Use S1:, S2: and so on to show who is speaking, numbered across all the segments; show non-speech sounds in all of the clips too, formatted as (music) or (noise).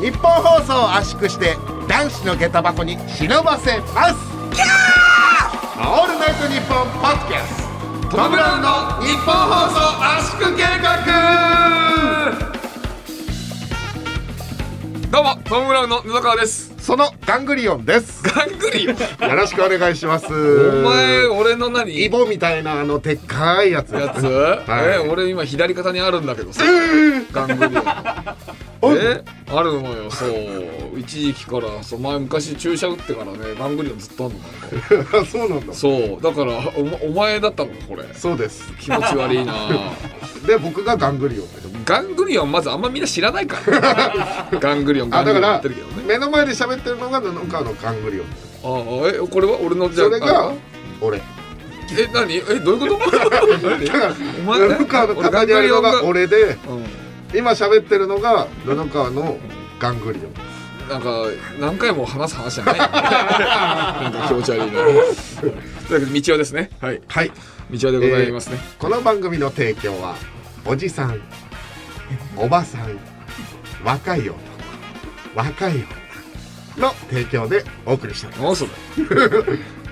S1: 日本放送を圧縮して男子の下駄箱に忍ばせますオールナイトニッポンポッドキャストトム・ブラウンの日本放送圧縮計画
S2: どうもトム・ブラウンの野川です
S1: そのガングリオンです
S2: ガングリオン
S1: よろしくお願いします
S2: お前俺の何
S1: イボみたいなあのでっかいやつ
S2: やつ、
S1: はい
S2: え俺今左肩にあるんだけどさ、ガングリオン
S1: (laughs) お
S2: えあるのよそう一時期からそう前昔注射打ってからねガングリオンずっとあんのかな
S1: そうなんだ
S2: そうだからおまお前だったのかこれ
S1: そうです
S2: 気持ち
S1: (laughs)
S2: 悪いな
S1: で僕がガングリオンで
S2: ガングリオンまずあんまみんな知らないから
S1: (laughs)
S2: ガングリオンガ
S1: あ
S2: ング
S1: だか
S2: リオンや
S1: ら
S2: ってるけどね
S1: 目の前で喋ってるのが野川のガングリオン
S2: ああえこれは俺のじゃあ
S1: それ
S2: あ
S1: が俺
S2: え何えどういうこと
S1: (laughs)
S2: 何
S1: だから
S2: お前ね
S1: 布川の肩にあるのが俺で
S2: うん
S1: 今喋ってるのが布川のガングリオン
S2: なんか何回も話す話じゃない (laughs) なんか気持ち悪いなというわけで道夫ですねはい
S1: はい
S2: 道夫でございますね、
S1: この番組の提供はおじさんおばさん若い男若い女の提供でお送りしたい
S2: 何それ (laughs)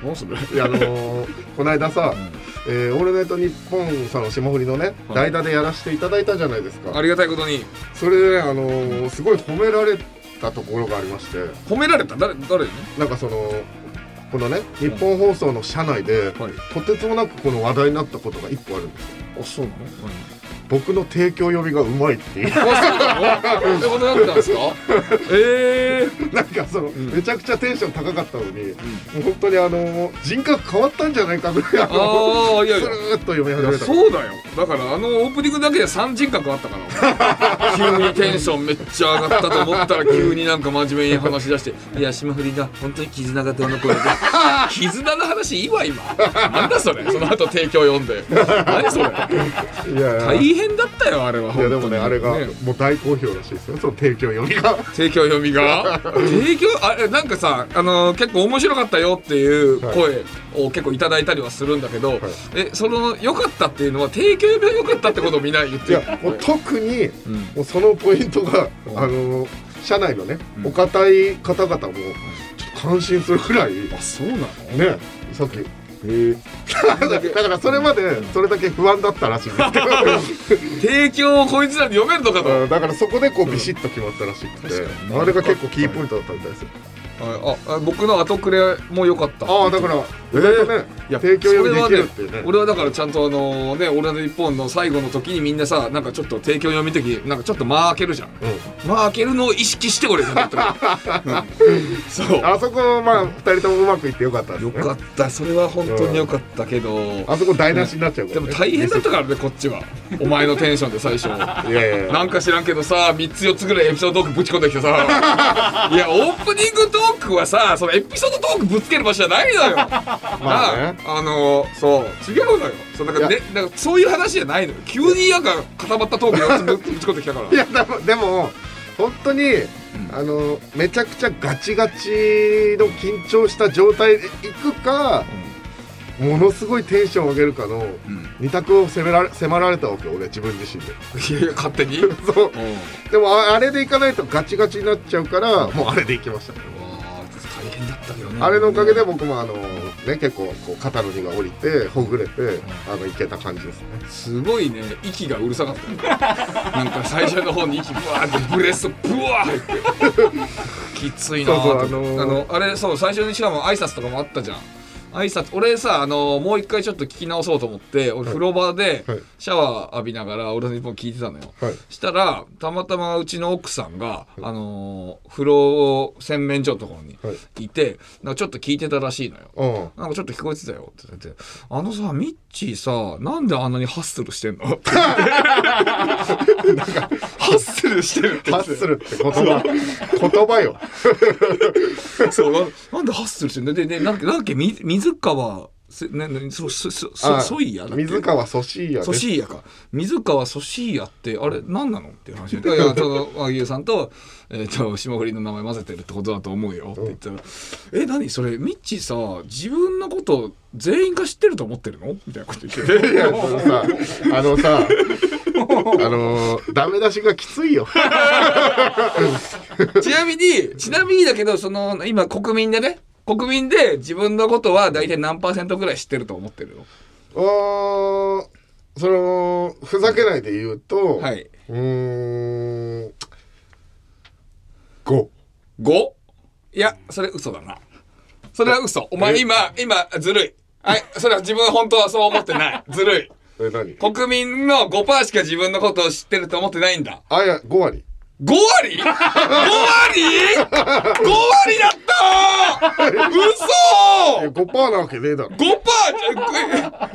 S2: 何それ
S1: いやあの
S2: (laughs)
S1: ーこの間さ「えーオールナイトニッポン」さんの霜降りのね
S2: はい
S1: 代打でやらせていただいたじゃないです
S2: あ
S1: か
S2: りがたいことに
S1: それで、あのーすごい褒められたところがありまして
S2: 褒められた誰誰に
S1: なんかそのこのね日本放送の社内で
S2: はい
S1: とてつもなくこの話題になったことが一個あるんですよ
S2: あそうなの
S1: 僕の提供呼びがうまいって
S2: (laughs)
S1: いう
S2: 何あそうなのってことだったんですかええ
S1: なんかその、
S2: ん
S1: めちゃくちゃテンション高かったのに、もう本当にあのー人格変わったんじゃないかぐらいあの
S2: ああい
S1: ス
S2: や
S1: ル
S2: い
S1: ー
S2: や
S1: っと読み
S2: い
S1: 始
S2: や
S1: めた
S2: そうだよだからあのオープニングだけで3人格あったか
S1: (laughs)
S2: らお前急にテンションめっちゃ上がったと思ったら急になんか真面目に話し出して「いや霜降りが本当に絆がどう
S1: (laughs)
S2: のこうので」絆の話いいわ今なんだそれその後提供読んで何それ
S1: いやいや
S2: 大変だったよあれはい
S1: や
S2: 本
S1: で
S2: 当
S1: も
S2: に
S1: ねあれが
S2: ね
S1: もう大好評らしいですよその提供読みが
S2: 提供読みが提供あれなんかさあのー結構面白かったよっていう
S1: はい
S2: 声を結構いただいたりはするんだけど、えその良かったっていうのは提供読みが良かったってことをみんな言っ
S1: い
S2: てる
S1: やもう特に
S2: うん
S1: もうそのポイントが
S2: うん
S1: あのー社内のね
S2: うん
S1: お堅い方々もちょっと感心するぐらいね
S2: あそうなの
S1: さっき
S2: へえ
S1: だからそれまでそれだけ不安だったらしいんですけ
S2: (laughs)
S1: ど
S2: 提供をこいつらに読めるのかと、
S1: うんだからそこでこうビシッと決まったらしくて
S2: 確かにね
S1: あれが結構キーポイントだったみたいですよ
S2: ああ僕の後くれも良かった
S1: ああだから意
S2: えー
S1: 外とね
S2: いや
S1: 提供読みできるっ
S2: そ
S1: てい
S2: れ
S1: う
S2: は
S1: ね
S2: ね俺はだからちゃんとあのね「俺の日本」の最後の時にみんなさなんかちょっと提供読みの時なんかちょっと間開けるじゃん
S1: う
S2: 間開けるのを意識して俺がやって
S1: (laughs)
S2: るうんそうん
S1: あそこまあ2人ともうまくいってよかったです
S2: よ
S1: ね
S2: かったそれは本当によかったけど、
S1: あそこ台無しになっちゃうか
S2: で
S1: ら
S2: も
S1: ね
S2: 大変だったからねこっちはお前のテンションで最初
S1: いやいやいや
S2: なんか知らんけどさ3つ4つぐらいエピソードトークぶち込んできてさいやオープニングトークはさそのエピソードトークぶつける場所じゃないのよ
S1: まあね
S2: なああのそう違うのよそうだから、ね、だからそういう話じゃないのよ急になんか固まったトーク4つぶぶち込んできたから
S1: いやでもでも本当に、あのめちゃくちゃガチガチの緊張した状態で行くか、ものすごいテンション上げるかの、二択を迫られ迫られたわけよ俺自分自身で
S2: いやいや勝手に
S1: そう
S2: うん
S1: でもああれで行かないとガチガチになっちゃうからもうあれで行きましたね、
S2: わあ大変だったけどね
S1: あれのおかげで僕もあのね結構こう肩の荷が下りてほぐれて、あの行けた感じですね
S2: すごいね息がうるさかったよなんか最初の方に息ブワーってブレスブワーってきついなあ
S1: そうそう
S2: と思って
S1: あ
S2: あ
S1: の
S2: のあれそう最初にしかも挨拶とかもあったじゃん挨拶俺さあのもう一回ちょっと聞き直そうと思って俺風呂場で
S1: はい
S2: シャワー浴びながら俺の日本聞いてたのよ、
S1: はい
S2: したらたまたまうちの奥さんが、あの風呂洗面所のところにいて、なんかちょっと聞いてたらしいのよ
S1: (laughs) うん
S2: なんかちょっと聞こえてたよって言って、あのさ、ミッチーさ、なんであんなにハッスルして
S1: (laughs)
S2: んのって言ってハッスルしてるって言
S1: ハ
S2: って
S1: ッスルって言 (laughs) 葉言葉よ
S2: そうななんでハッスルしてんので、で、なんだっけ、み水川、せね、ね、そ、そ、そ、そ、
S1: あ
S2: ソイヤだっけ
S1: 水川ソシーヤです
S2: ソシーヤか水川ソシーヤってあれ何なのっていう
S1: (laughs)
S2: 話で「いやその和牛さんと,、えー、と霜降りの名前混ぜてるってことだと思うよ」って言ったら「え何それミッチーさ自分のこと全員が知ってる (laughs) と思ってるの?」みたいなこと言ってて
S1: いやそのさあのさあのダメ出しがきついよ (laughs)
S2: (laughs) ちなみに、ちなみにだけど、その、今国民でね、国民で自分のことは大体何パーセントぐらい知ってると思ってるの
S1: おーそのふざけないで言うと、
S2: は
S1: う
S2: い。
S1: ーん5
S2: 5? いや、それ嘘だな。それは嘘。お前今、今、ずるい。はい、それは自分は本当はそう思って (laughs) ない。ずるい。
S1: え何
S2: 国民の5%しか自分のことを知ってると思ってないんだ。
S1: あいや5割
S2: 5割 ?5 割 ?5 割だった (laughs) ー
S1: いや
S2: 嘘
S1: 5%なわけねえだろ
S2: !5%!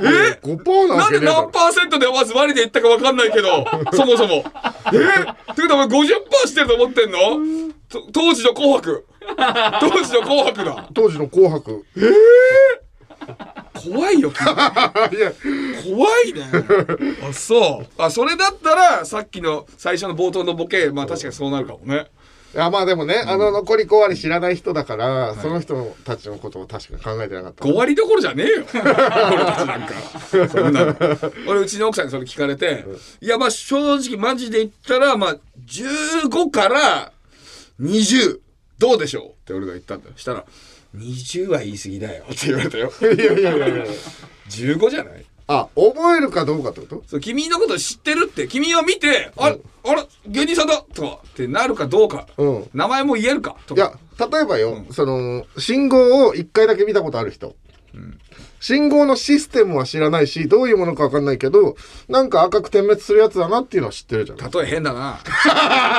S2: え
S1: 5%な
S2: な
S1: わ
S2: ん
S1: け
S2: で
S1: ねえだ
S2: 何
S1: ろ
S2: パーセントでまず割で言ったか分かんない
S1: (laughs)
S2: けど、そもそも。えってことはお前50%してると思ってんのと当時の紅白。当時の紅白だ。
S1: 当時の「紅白」 (laughs)
S2: 怖いよ、君
S1: いや
S2: 怖いね。
S1: (laughs)
S2: あ、そう。あ、それだったら、さっきの最初の冒頭のボケ、まあ確かにそうなるかもね。
S1: いやまあでもね、あの残り5割知らない人だから、その人たちのことを確かに考えてなかった
S2: 5割どころじゃねえよ (laughs) 俺たち
S1: (laughs)
S2: なんかそんなの俺うちの奥さんにそれ聞かれて、いやまあ正直マジで言ったらまあ15から20どうでしょうって俺が言ったんだよしたら「20は言い過ぎだよ」って言われたよ (laughs)
S1: いやいやいやいや
S2: 15じゃない
S1: あ覚えるかどうかってこと
S2: そう君のこと知ってるって君を見て「あれ、あれ芸人さんだ!」とかってなるかどうか、
S1: うん
S2: 名前も言えるかと
S1: いや
S2: か
S1: 例えばよ、その信号を1回だけ見たことある人、信号のシステムは知らないしどういうものか分かんないけどなんか赤く点滅するやつだなっていうのは知ってるじゃん
S2: 例え変だな (laughs)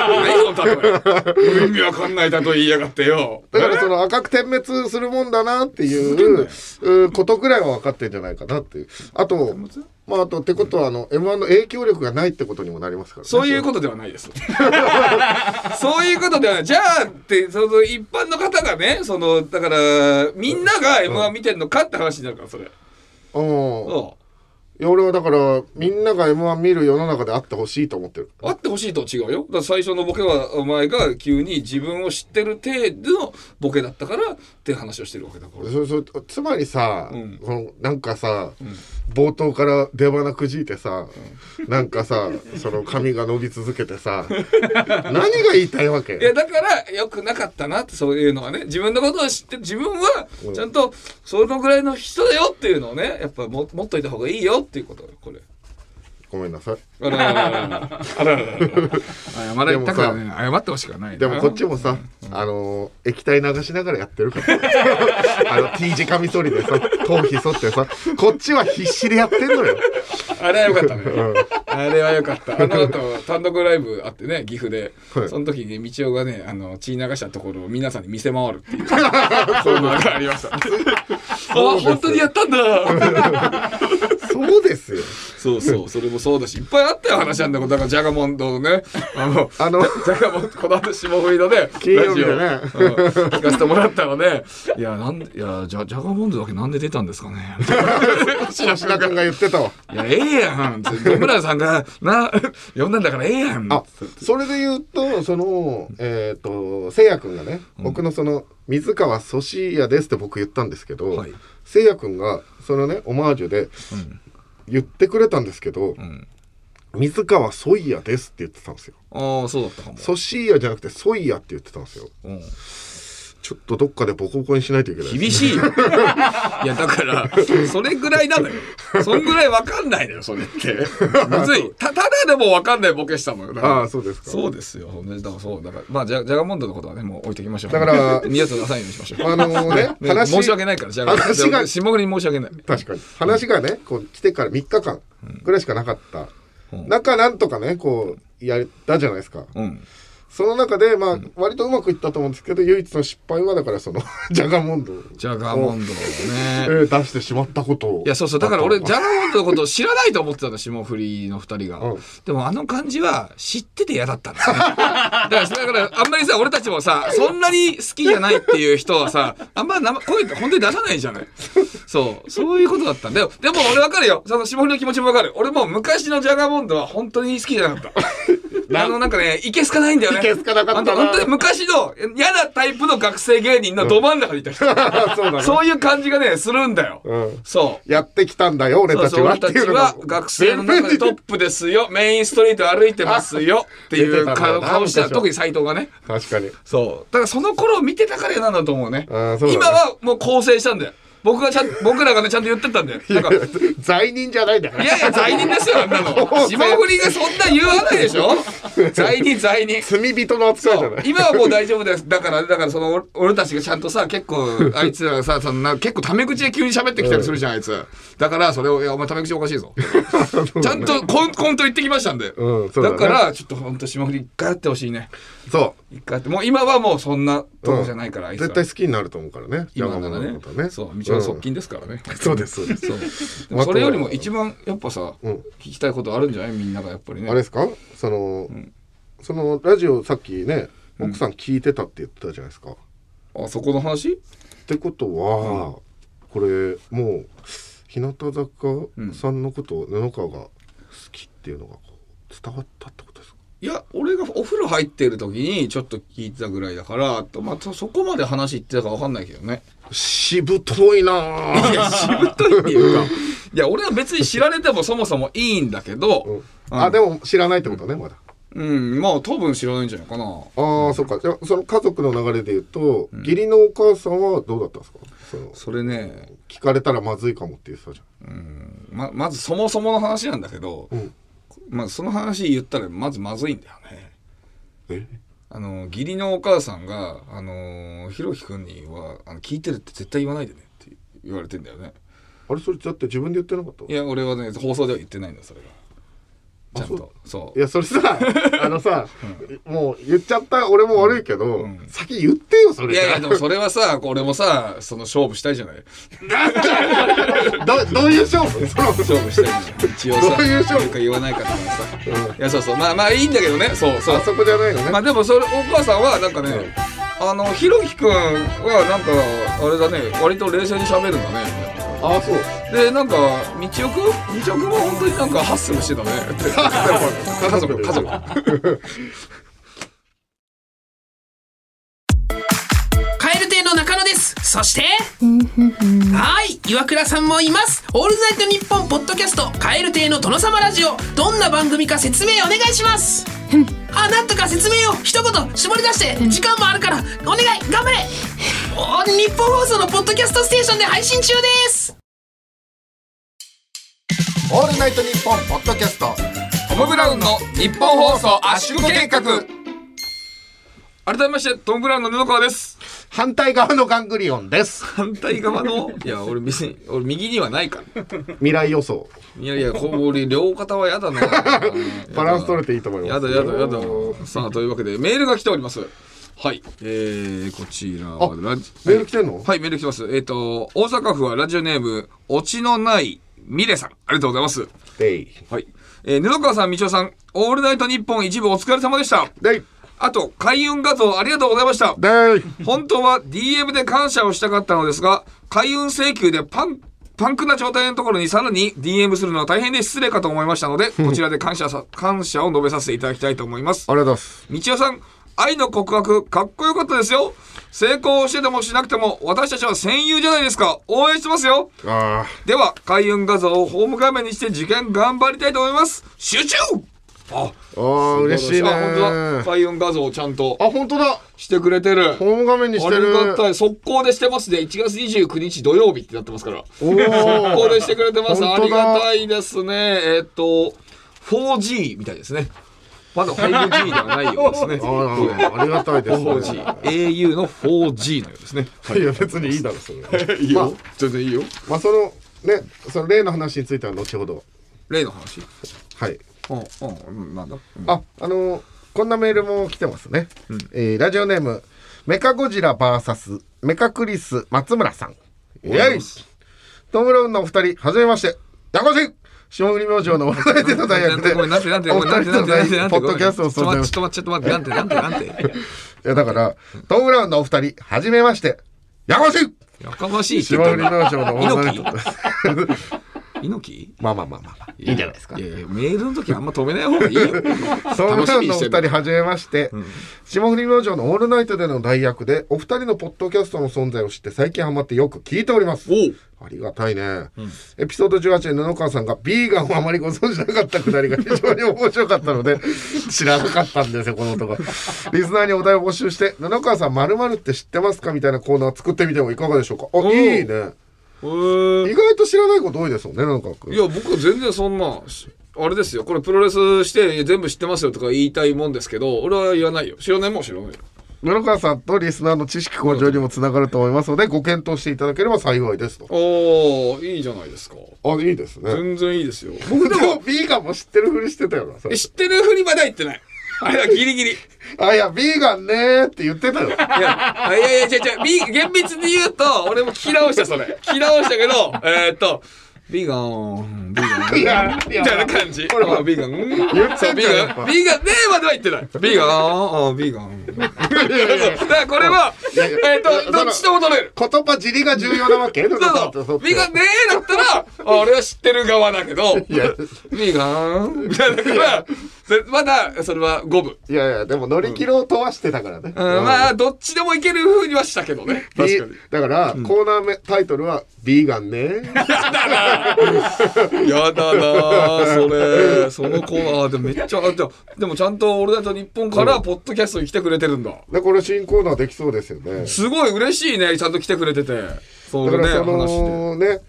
S2: 何その例え意味わかんない例え言いやがってよ
S1: だからその赤く点滅するもんだなっていううんことぐらいは分かってんじゃないかなっていうあとまああとってことはあの m 1の影響力がないってことにもなりますからね
S2: そういうことではないです。 (laughs) そういうことではない。じゃあって、その一般の方がね、その、だから、みんなが M1 見てんのかって話になるから、それ。
S1: うん
S2: そ
S1: いや俺はだからみんなが m 1見る世の中であってほしいと思ってる
S2: う。あってほしいとは違うよ。だから最初のボケは、お前が急に自分を知ってる程度のボケだったからって話をしてるわけだから。
S1: そそつまりさ、
S2: ん
S1: このなんかさ、冒頭から出花くじいてさ、なんか
S2: (laughs)
S1: さその髪が伸び続けてさ何が言いたいわけ
S2: いやだから良くなかったなってそういうのはね自分のことを知って自分はちゃんとそのぐらいの人だよっていうのをねやっぱも持っといた方がいいよっていうことよこれ。
S1: ごめんなさい
S2: あらららら。あらららら。謝られたからね、謝ってほしくはない。
S1: でもこっちもさ、あのー液体流しながらやってるから
S2: (laughs)
S1: あの T 字カミソリでさ頭皮剃ってさこっちは必死でやってんのよ
S2: あれは良かったね。あれは良かった。あの後、単独ライブあってね、岐阜で
S1: は。い
S2: その時に、道夫がね、あの、血流したところを皆さんに見せ回る
S1: (laughs)
S2: っていう。そういうのがありました。あ、本当にやったんだ。
S1: そうですよ
S2: そうそう、それもそうだし、いっぱいあったよ、話なんだけど、だから、ジャガモンドのね、あの、
S1: あの
S2: ジャガモンこの後霜降りのね、
S1: 金曜日だね
S2: ラジオうん聞かせてもらったので、いや、なんで、いや、ジャジャガモンドだけなんで出たんですかね。
S1: 吉田君が言ってたわ
S2: いや、ええやん。野村さんが、な、呼んだんだからええやん。
S1: あそれで言うとそのえっ、とせいやくんがね、僕のその「水川ソシヤです」って僕言ったんですけど、
S2: はい
S1: せいやくんがそのねオマージュで言ってくれたんですけど「
S2: ん
S1: 水川ソイヤです」って言ってたんですよ。
S2: ああ、そうだったかも。
S1: ソシヤじゃなくてソイヤって言ってたんですよ。
S2: うん
S1: ちょっとどっかでボコボコにしないといけないです。
S2: 厳し
S1: (laughs)
S2: いよ。いや、だから、それぐらいなのよ。そんぐらいわかんないのよ、それって。むずい。た、ただでもわかんないボケしたのよ。だから
S1: ああそうですか。
S2: そうですよ。だから、そう、だから、まあ、ジャジャガモンドのことはね、もう置いときましょう。
S1: だから
S2: 二度と出さないようにしましょう。
S1: あのね
S2: (laughs) ね
S1: 話
S2: 申し訳ないから、ジャガモン
S1: 話
S2: ド。
S1: が
S2: 霜降りに申し訳ない。
S1: 確かに話がねこう来てから3日間ぐらいしかなかった、中なんとかねこうやったじゃないですか、
S2: うん。
S1: その中でまあ割とうまくいったと思うんですけど唯一の失敗はだからその (laughs) ジャガモンドを、
S2: ジャガモンドね。
S1: (laughs) えー出してしまったことを
S2: いやそうそうだから俺
S1: あ
S2: ジャガモンドのことを知らないと思ってたの霜降りの二人が、
S1: うん
S2: でもあの感じは知ってて嫌だったんですね (laughs) だからだからあんまりさ俺たちもさそんなに好きじゃないっていう人はさあんま生声って本当に出さないじゃないそうそういうことだったんだよ
S1: (laughs)
S2: でも俺わかるよその霜降りの気持ちもわかる俺も昔のジャガモンドは本当に好きじゃなかったあのなんかねいけすかないんだよね
S1: いけすかなかったな
S2: あんた本当に昔の嫌なタイプの学生芸人のど真ん中にいた
S1: (laughs)
S2: 人、
S1: そうだね
S2: そういう感じがねするんだよ、
S1: うん
S2: そう
S1: やってきたんだよ俺
S2: そう
S1: た
S2: そ
S1: ち
S2: う
S1: は
S2: 俺
S1: って
S2: たち
S1: いうの
S2: は
S1: が
S2: 学生の中でトップですよメインストリート歩いてますよっていう
S1: 出てたんだ
S2: 顔
S1: よな
S2: 顔してた
S1: 昔は
S2: 特に斎藤がね
S1: (laughs) 確かに
S2: そうだからその頃を見てたからなんだと思うね
S1: あーそうだね
S2: 今はもう構成したんだよ僕がちゃん僕らがねちゃんと言ってったんだよなんかい
S1: (laughs) 罪人じゃないんだから
S2: やいや罪人ですよあん
S1: (laughs)
S2: なの
S1: 構成
S2: 霜降りがそんな言わないでしょ罪人罪人
S1: 罪人の扱いじ
S2: そ
S1: ゃ
S2: う
S1: ない
S2: (laughs) 今はもう大丈夫ですだからだからその俺俺たちがちゃんとさ結構あいつらがさそんな結構タメ口で急に喋ってきたりするじゃん、あいつだからそれをいやお前タメ口おかし
S1: (laughs)
S2: いぞちゃんとコンコンと言ってきましたんで、
S1: うんそうだね
S2: だからちょっとほんと霜降り一回やってほしいね
S1: そ
S2: 一回やってもう今はもうそんなとこじゃないから、あ
S1: う
S2: いつは
S1: 絶対好きになると思うからね
S2: 今なら
S1: 仲間
S2: ね
S1: のこと
S2: そう
S1: うん
S2: 道の側
S1: (laughs)
S2: 近ですからね、
S1: そうですそうです
S2: そう
S1: (laughs)
S2: でもそれよりも一番やっぱさ、
S1: うん
S2: 聞きたいことあるんじゃないみんながやっぱりね
S1: あれですかその、そのラジオさっきね奥さん聞いてたって言ってたじゃないですか、っ
S2: あそこの話
S1: てことは、これもう日向坂さんのことを布川が好きっていうのがこう伝わったってことですか
S2: いや俺がお風呂入ってる時にちょっと聞いてたぐらいだから、とまあ、そそこまで話言ってたか分かんないけどね
S1: しぶといなぁ
S2: いや (laughs) しぶといっていうかいや俺は別に知られてもそもそもいいんだけ
S1: う
S2: ど
S1: んあでも知らないってことねまだ
S2: うん、まあ多分知らないんじゃないかな
S1: ああそっかじゃあその家族の流れで言うと、義理のお母さんはどうだったんですかその
S2: それね
S1: 聞かれたらまずいかもって言ってたじゃん
S2: ままずそもそもの話なんだけど、
S1: うん
S2: まあ、その話言ったらまずまずいんだよね
S1: え
S2: あの義理のお母さんが「あのひろきくんにはあの聞いてるって絶対言わないでね」って言われてんだよね
S1: あれそれだって自分で言ってなかった
S2: いや俺はね放送では言ってないんだよそれがちゃん
S1: あ
S2: とそう
S1: いや、それさ、あのさ、もう言っちゃった俺も悪いけど、先言ってよ、それ。
S2: いやいやでもそれはさ俺もさその勝負したいじゃない
S1: (laughs) どどういう勝負その
S2: 勝負したいじゃない一応
S1: (laughs)
S2: さ
S1: どういう勝負
S2: 言か言わないかとかさ、いやそうそうまあまあいいんだけどねそうそう
S1: あそこじゃないのね。
S2: まあでもそれお母さんはなんかね、あのひろきくんはなんかあれだね割と冷静に喋るんだね
S1: あ、そう。
S2: でなんか道夫くん道夫くんも本当になんかハッスルしてたね家族家族
S3: 蛙亭の中野ですそしてはい岩倉さんもいますオールナイトニッポンポッドキャスト蛙亭の殿様ラジオどんな番組か説明お願いしますあなんとか説明を一言絞り出して時間もあるからお願い頑張れお日本放送のポッドキャストステーションで配信中です
S1: オールナイトニッポンポッドキャスト。
S2: トム・ブラウンの日本放送圧縮計画改めましてトム・ブラウンの布川です
S1: 反対側のガングリオンです。
S2: (laughs) 反対側のいや俺別に俺右にはないから
S1: 未来予想。
S2: いやいやこう俺両肩はやだな
S1: (laughs) バランス取れていいと思いま
S2: や
S1: す。
S2: だやだやださあというわけでメールが来ておりますはいえー、こちらはラジ
S1: メール来てんの、
S2: はい、メール来てます。えっ、と、大阪府はラジオネーム、オチのないミレさん。ありがとうございます。
S1: でい。
S2: はい。えー、布川さん、みちおさん、オールナイト日本一部お疲れ様でした。
S1: でい。
S2: あと、開運画像ありがとうございました。
S1: でい。
S2: 本当は DM で感謝をしたかったのですが、開運請求でパン、パンクな状態のところにさらに DM するのは大変で失礼かと思いました
S1: (laughs)
S2: ので、こちらで感謝さ、感謝を述べさせていただきたいと思います。
S1: ありがとうございます。
S2: 道代さん愛の告白かっこよかったですよ成功しててもしなくても私たちは戦友じゃないですか応援してますよ
S1: あ
S2: では開運画像をホーム画面にして受験頑張りたいと思います集中
S1: ー
S2: あ
S1: あー、嬉しいね。
S2: あ本当だ
S1: あ、
S2: 開運画像をちゃんと
S1: 本当だ。
S2: してくれてる
S1: ホーム画面にし
S2: あ
S1: て
S2: り
S1: る。
S2: がたい速攻でしてますね1月29日土曜日ってなってますから
S1: おー
S2: 速攻でしてくれてますあ
S1: 本
S2: り
S1: 当だ
S2: がたいですねえっと 4G みたいですねまだ 5G ではないようですね
S1: あーありがたいです、ね。
S2: 4G au の 4G のようですね。
S1: いや別にいいだろそれ
S2: (laughs) いいよ。全然いいよ。
S1: まあそのねその例の話については後ほど
S2: 例の話。
S1: はい
S2: うんうんなんだ。
S1: ああのーこんなメールも来てますね、えーラジオネームメカゴジラ VS メカクリス松村さんイエイトム・ブラウンのお二人はじめましてやこし霜降り明星の笑い手の大学で
S2: ごめんなんてなんて
S1: お
S2: ごめんな
S1: 二
S2: んて
S1: 人
S2: な
S1: の
S2: んてな
S1: 大
S2: んてなんて
S1: ポッドキャストを存在を
S2: ちょっと待ってちょっと待ってなんてなんてなんて。
S1: いやだからトム・ブラウンのお二人はじめましてやこし
S2: やかましいって言
S1: 霜降
S2: った
S1: り
S2: の
S1: 明星の笑い手の
S2: 猪猪木
S1: まあまあまあまあまあ
S2: い
S4: いいんじゃないですか
S2: やいやメールの時あんま止めない方がいいよ
S1: (laughs) そん
S2: 楽し
S1: な
S2: みに
S1: のお
S2: して
S1: 二
S2: る
S1: 人はじめまして、霜降り明星の「オールナイト」での代役でお二人のポッドキャストの存在を知って最近ハマってよく聞いております
S2: おう
S1: ありがたいね、エピソード18で布川さんがビーガンをあまりご存知なかったくだりが非常に面白かったので (laughs) 知らなかったんですよこの男リスナーにお題を募集して布川さん〇〇って知ってますかみたいなコーナーを作ってみてもいかがでしょうかあい
S2: お
S1: いね
S2: えー
S1: 意外と知らないこと多いですよね布川君
S2: いや僕は全然そんなしあれですよこれプロレスして全部知ってますよとか言いたいもんですけど俺は言わないよ知らないもん知らないよ
S1: 布川さんとリスナーの知識向上にもつながると思いますのでご検討していただければ幸いですと
S2: ああいいじゃないですか
S1: あいいですね
S2: 全然いいですよ
S1: 僕でもビーガンも知ってるふりしてたよなそれ
S2: え知ってるふりまだ言ってないあれはギリギリい
S1: あいやビーガンねーって言って (laughs) たよ
S2: やあいやいや違う違うビ厳密に言うと俺も聞き直したそれ聞き直したけどえーっとビーガンビーガン
S1: いやいや
S2: みたいな感じ。
S1: ほらほら
S2: あビーガン。うん
S1: 言って
S2: そ
S1: ん
S2: う
S1: じ
S2: ビ
S1: ゃん
S2: ー
S1: やっぱ
S2: ガン。ビーガンねえまでは言ってない。ビーガン。ああ、ビーガン。そうだからこれは、
S1: やいや
S2: えっと、どっちとも取れる。
S1: 言葉尻が重要なわけそう
S2: そうそう。ビーガンねえだったら、あ俺は知ってる側だけど、ビ
S1: や
S2: ーガンみたいなから、それまだ、それは五分。
S1: いやいやでも乗り切ろうとはしてたからね、
S2: うんまあ、どっちでもいける風にはしたけどね。
S1: ビ
S2: 確かに。
S1: だから、コーナーめタイトルは「ビーガンね
S2: やだなあそれ。そのコーナーでめっちゃ、あでもでもちゃんと俺だと日本からポッドキャストに来てくれてるんだ。」
S1: でこれ新コーナーできそうですよね
S2: すごい嬉しいね、ちゃんと来てくれてて。そう
S1: だか
S2: ね、
S1: らそ
S2: 話
S1: のね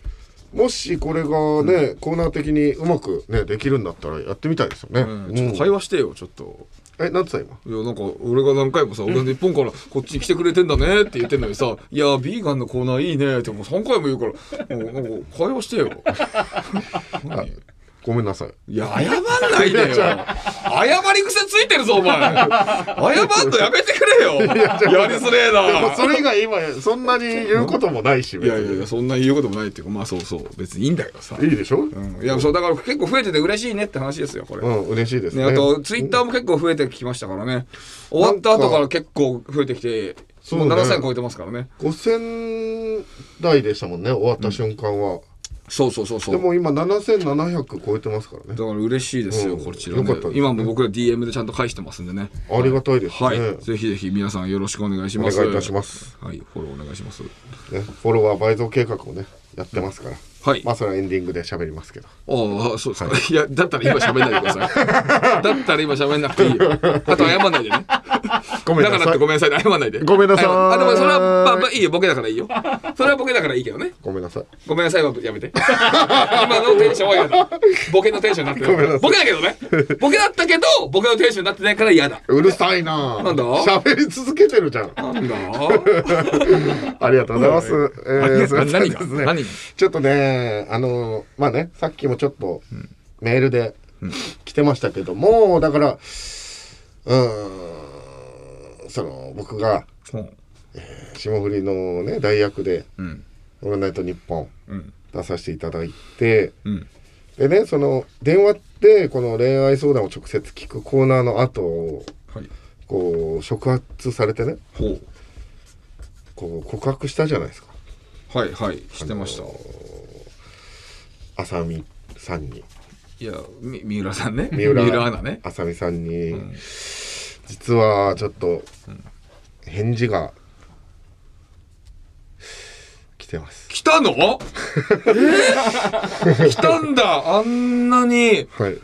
S1: もしこれがね、コーナー的にうまくねできるんだったらやってみたいですよね、
S2: で。う
S1: うんん
S2: ちょっと会話してよ、ちょっと。
S1: えなんつった今
S2: いや、なんか、俺が何回もさ、俺日本からこっちに来てくれてんだねって言ってんのにさ、いや、ビーガンのコーナーいいねってもう3回も言うから、もうなんか、会話し
S1: (laughs)
S2: てよ。何
S1: ごめんなさい
S2: いや、謝んないでよ。謝り癖ついてるぞ、お前。謝んのやめてくれよ。やりづれえ
S1: でも
S2: な。
S1: それ以外今そんなに言うこともないし
S2: い
S1: 別
S2: や
S1: に
S2: いやいや、そんな言うこともないっていうか、まあそうそう、別にいいんだけどさ。
S1: いいでしょう
S2: うんいや、そう、だから結構増えてて嬉しいねって話ですよ、これ。
S1: ん、嬉しいですね
S2: ね、あと、ツイッターも結構増えてきましたからね。終わった後から結構増えてきて、
S1: そう
S2: も
S1: ね
S2: う7000超えてますからね。
S1: 5000台でしたもんね終わった瞬間は、
S2: そうそうそうそう。
S1: で
S2: だか
S1: も今7700超えてますからね
S2: ら嬉しいですよ、
S1: うん
S2: こちらね
S1: よかったですね
S2: 今も僕ら DM でちゃんと返してますんでね。
S1: ありがたいですね、
S2: はい。ぜひぜひ皆さんよろしくお願いし
S1: お
S2: ます。
S1: 願いいたします、
S2: はい、フォローお願いします。
S1: ね、フォロワー倍増計画をねやってますから、
S2: はい。
S1: まあそれはエンディングで喋りますけど
S2: ああ、そうですか。いや、だったら今喋んないでくださ
S1: (laughs)
S2: い。だったら今喋んなくていいよ。あと謝んないでね。
S1: ご
S2: だからってごめんなさいね。謝んないで。
S1: ごめんなさい
S2: 謝あ、でもそれは、まあまあいいよ。ボケだからいいよ。それはボケだからいいけどね。
S1: ごめんなさい
S2: ごめんなさいはやめて。 (laughs) 今のテンションは嫌だ。ボケのテンションになって
S1: ごめんなさい
S2: ボケだけどね。ボケだったけど、ボケのテンションになってないから嫌だ。
S1: うるさいな
S2: なんだ
S1: 喋り続けてるじゃん
S2: なんだ
S1: ありがとうございます。えーすいません
S2: 何が
S1: ですね
S2: 何が
S1: ちょっとね、あの、まあね、さっきもちょっとメールで来てましたけども、だから、うーん、その、僕が霜降りのね、大役で、
S2: うん。
S1: オールナイトニッポン
S2: うん。
S1: 出させていただいて、
S2: うん。
S1: でね、その、電話って、この恋愛相談を直接聞くコーナーの後、
S2: はい。
S1: こう、触発されてね、
S2: ほう。
S1: こう、告白したじゃないですか。
S2: はいはい。してました。
S1: 浅見さんに。
S2: いや、み三浦さんね。
S1: 三浦
S2: アナね。
S1: あさみさんに、実はちょっと返事が来てます。
S2: 来たのえー来たんだあんなに。
S1: はい。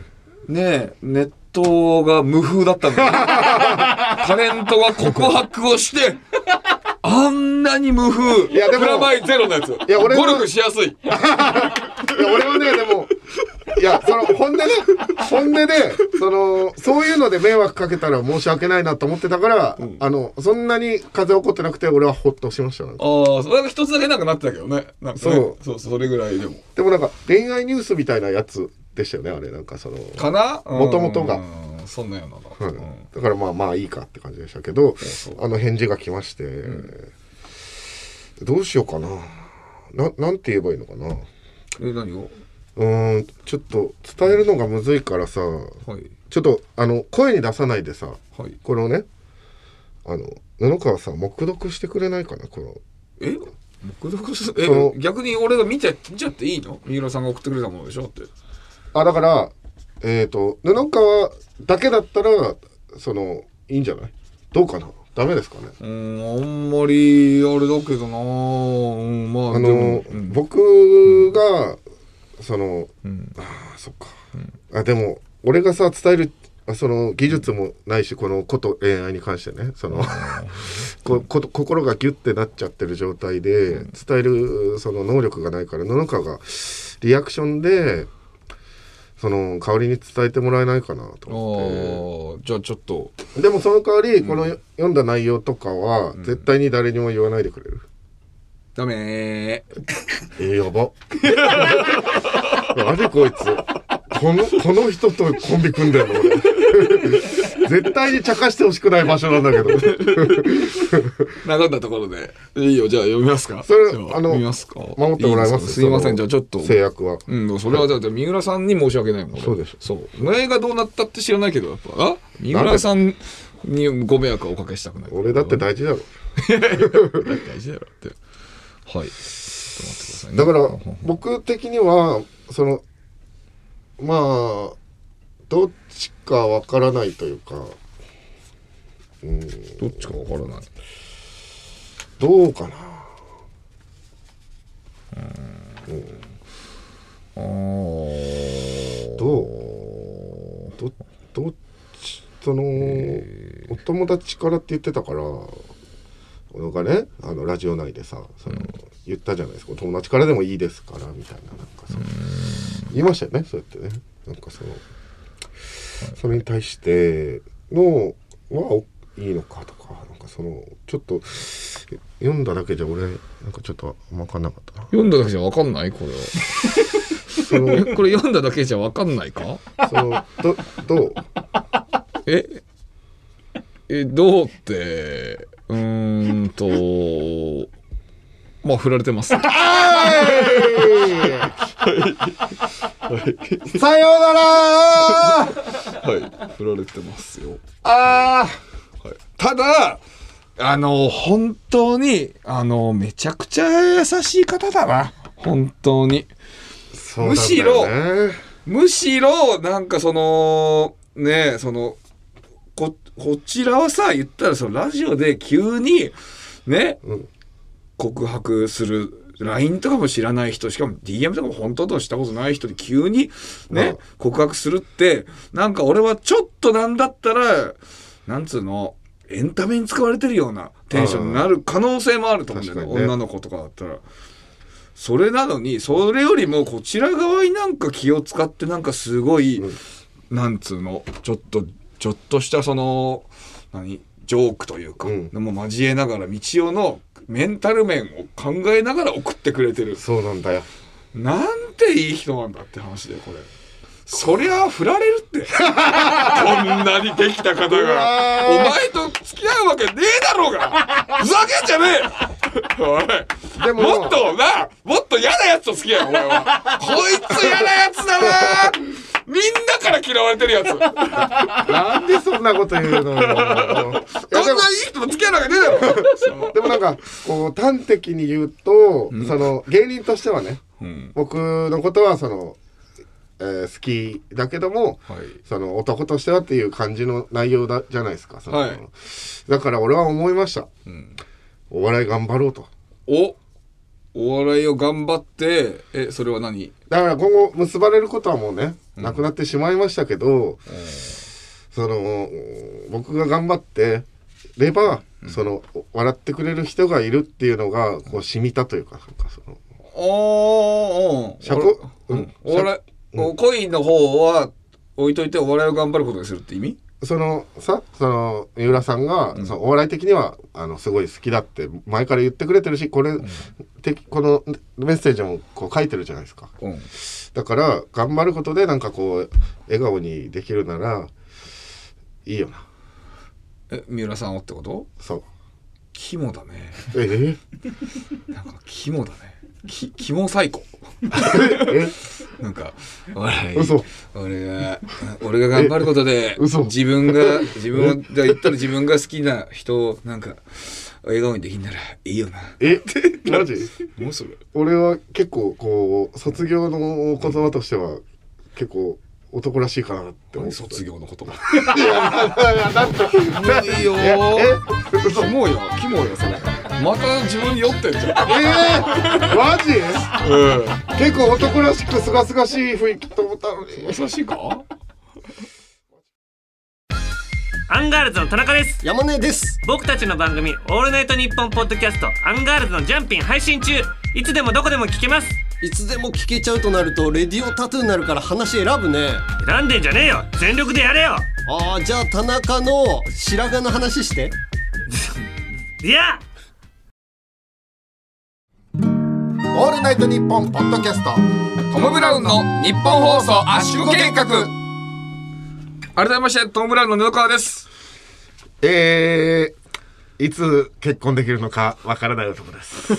S2: ねえ、ネットが無風だった
S1: (laughs)
S2: のに、タレントが告白をして、あんなに無風。
S1: いやでも
S2: プラマイゼロのやつ。い
S1: や俺は
S2: ゴルフしやすい。
S1: いや俺はねでもいやその本音ね本音でそのそういうので迷惑かけたら申し訳ないなと思ってたから、あのそんなに風起こってなくて俺はホッとしましたなんか。
S2: ああ、それが一つだけなんかなってたけどね。なんかね
S1: そう
S2: そう、それぐらいでも。
S1: でもなんか恋愛ニュースみたいなやつでしたよねあれなんかその。
S2: かな
S1: 元々が。
S2: うんそんなよう
S1: は
S2: なの。
S1: い
S2: うん
S1: だからまあまあいいかって感じでしたけどあの返事が来まして、どうしようかなななんて言えばいいのかな
S2: え、何を
S1: うーんちょっと伝えるのがむずいからさ
S2: はい。
S1: ちょっとあの声に出さないでさ
S2: はい。
S1: これをねあの布川さん黙読してくれないかなこの
S2: え黙読すえ
S1: その
S2: 逆に俺が見て見ちゃっていいの三浦さんが送ってくれたものでしょって
S1: あだからえっ、と布川だけだったらそのいいんじゃないどうかなダメですかね
S2: うーんあんまりあれだけどなうんまあ
S1: あ
S2: で
S1: の
S2: も、うん
S1: 僕がその
S2: うん
S1: あそっか、あでも俺がさ伝えるあその技術もないしこのこと恋愛に関してねその (laughs) ここと心がギュッてなっちゃってる状態で伝えるその能力がないから野中がリアクションでその代わりに伝えてもらえないかなと
S2: あ
S1: 思っ
S2: ーじゃあちょっと
S1: てでもその代わりこの読んだ内容とかは絶対に誰にも言わないでくれる、
S2: ダメー
S1: えー、やば。あれこいつ。この、この人とコンビ組んでんの俺。絶対に茶化してほしくない場所なんだけど。
S2: 長んだところでいいよじゃあ読みますか
S1: それ
S2: じゃ
S1: あの
S2: 読みますか
S1: 守ってもらえます
S2: いですかすいませんじゃあちょっと
S1: 制約は。
S2: うん、それはだって三浦さんに申し訳ないもん。俺
S1: そうでしょ
S2: そう。俺がどうなったって知らないけど、やっぱ、あ三浦さんにご迷惑はおかけしたくない。
S1: 俺だって大事だろ。
S2: 大事だろって。はい。ちょっと待ってくださいね。
S1: だから
S2: ほんほん、
S1: 僕的には、その、まあ、どっちかわからないというか、
S2: どっちかわからない。
S1: どうかな。
S2: あー
S1: どうど、どっち、その、お友達からって言ってたから、俺がね、あの、ラジオ内でさ、その、言ったじゃないですか、お友達からでもいいですから、みたいな、なんかその、言いましたよね、そうやってね。なんかその、それに対しての、は、おいいのかとか、なんかその、ちょっと、読んだだけじゃ俺、なんかちょっとあんま分かんなかったな。
S2: 読んだだけじゃわかんないこれは。
S1: その、
S2: えこれ読んだだけじゃわかんないか
S1: その、ど、どう
S2: ええ、どうって、うーんと、まあ、振られてます。
S1: さようなら
S2: はい、振られてますよ。
S1: あ
S2: ただ、あの、本当に、あの、めちゃくちゃ優しい方だな。本当に。
S1: ー
S2: むしろ
S1: そうなんだよね
S2: むしろ、なんかその、ねえ、その、こ、こちらはさ、言ったら、そのラジオで急に、ね、
S1: うん
S2: 告白する。LINE とかも知らない人、しかも DM とかも本当としたことない人に急に
S1: う
S2: ね
S1: ん、
S2: 告白するって、なんか俺はちょっとなんだったら、なんつうの、エンタメに使われてるようなテンションになる可能性もあると思うんだよ
S1: 確
S2: ね
S1: かにね
S2: 女の子とかだったら。それなのに、それよりもこちら側になんか気を使ってなんかすごい、なんつうの、ちょっと、ちょっとしたその、何、ジョークというか、
S1: うん
S2: もう交えながら、道夫のメンタル面を考えながら送ってくれてる。
S1: そうなんだよ
S2: なんていい人なんだって話で、これ。そりゃあ振られるってこんなにできた方
S1: うわ
S2: が
S1: ー
S2: お前と付き合うわけねえだろうがふざけんじゃねえよおい
S1: でも
S2: もっとなもっと嫌なやつと付き合えお前はこいつ嫌なやつだなみんなから嫌われてるやつこんない
S1: なんでそんなこと言う
S2: (laughs)
S1: のよいやでも
S2: い人と付き合うわけねえだろ
S1: (laughs)
S2: そう
S1: でもなんかこう端的に言うと、その芸人としてはね
S2: うん
S1: 僕のことはその、えー好きだけども、
S2: はい
S1: その男としてはっていう感じの内容だじゃないですかその
S2: はい
S1: だから俺は思いました、
S2: ん
S1: お笑い頑張ろうと
S2: おお笑いを頑張ってえそれは何
S1: だから今後結ばれることはもうね、なくなってしまいましたけど、その僕が頑張ってれば、その笑ってくれる人がいるっていうのがこう染みたというかなんかその
S2: おーおー
S1: 社交
S2: お,、
S1: う
S2: う
S1: ん
S2: ん、お笑い、お恋の方は置いといてお笑いを頑張ることにするって意味
S1: そのさその三浦さんが、そのお笑い的にはあのすごい好きだって前から言ってくれてるしこれ、てこのメッセージもこう書いてるじゃないですか。
S2: うん
S1: だから頑張ることでなんかこう笑顔にできるならいいよな。
S2: え三浦さんをってこと
S1: そう。
S2: 肝だね
S1: ええ
S2: なんか肝だねき肝最高
S1: え
S2: なんか笑い
S1: 嘘
S2: 俺が俺が頑張ることで
S1: え嘘
S2: 自分が自分をだ言ったら自分が好きな人をなんか笑顔にできんならいいよな
S1: えマジ
S2: もうそれ
S1: 俺は結構こう卒業の言葉としては結構男らしいかなって思っ
S2: 何
S1: て
S2: 卒業の言葉
S1: 業
S2: いいよ
S1: え
S2: キモいよキモいよそれまた自分に酔ってんじゃん
S1: えー、マジ結構男らしくすがすがしい雰囲気と思ったのに
S2: 優しいか
S4: アンガールズの田中です
S5: 山根です
S4: 僕たちの番組「オールナイトニッポン」ポッドキャスト「アンガールズのジャンピン」配信中いつでもどこでも聞けます
S5: いつでも聞けちゃうとなるとレディオタトゥーになるから話選ぶね
S4: 選んでんじゃねえよ全力でやれよ
S5: あーじゃあ田中の白髪の話して
S4: いや
S1: 「オールナイトニッポン」ポッドキャスト
S2: トム・ブラウンの日本放送圧縮計画改めましてトム・ブラウンの布川です
S1: えー、いつ結婚できるのかわからない男です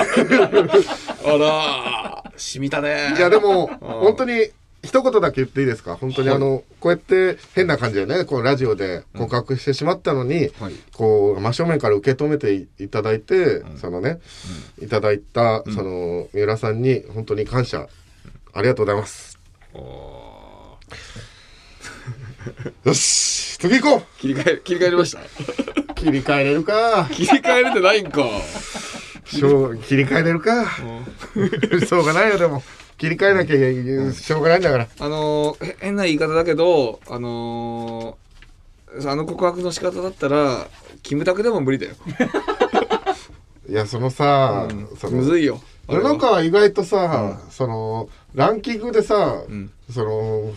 S2: あらー染みたね
S1: いやでも本当に一言だけ言っていいですか本当にあの、こうやって変な感じでねこうラジオで告白してしまったのに、
S2: はい
S1: こう真正面から受け止めていいただいて、そのね、いただいたその三浦さんに本当に感謝ありがとうございます。 (laughs) よし次行こう
S2: 切り替え切り替えれました
S1: 切り替えれるか
S2: 切り替えれてないんか
S1: しょう切り替えれるか (laughs) しょうがないよでも切り替えなきゃしょうがないんだから
S2: あのーへ変な言い方だけどあのーあの告白の仕方だったらキムタクでも無理だよ
S1: いやそのさ、その
S2: むずいよあれ
S1: 世
S2: は
S1: の中は意外とさ、そのランキングでさ、
S2: ん
S1: その語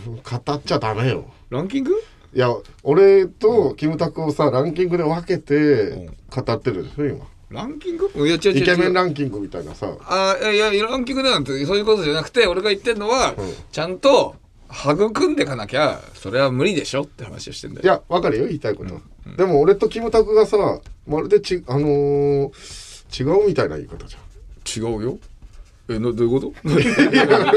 S1: っちゃダメよ
S2: ランキング
S1: いや俺とキムタクをさランキングで分けて語ってるでしょ今
S2: ランキングいや違う違う違
S1: イ
S2: う
S1: ケメンランキングみたいなさ
S2: あいやいやランキングなんてそういうことじゃなくて俺が言ってんのは、ちゃんと育んでかなきゃそれは無理でしょって話をしてんだよ
S1: いや分かるよ言いたいこと、でも俺とキムタクがさまるでちあのー違うみたいな言い方じゃん
S2: 違うよえなどういうこと
S1: (laughs)
S2: 違うよ (laughs)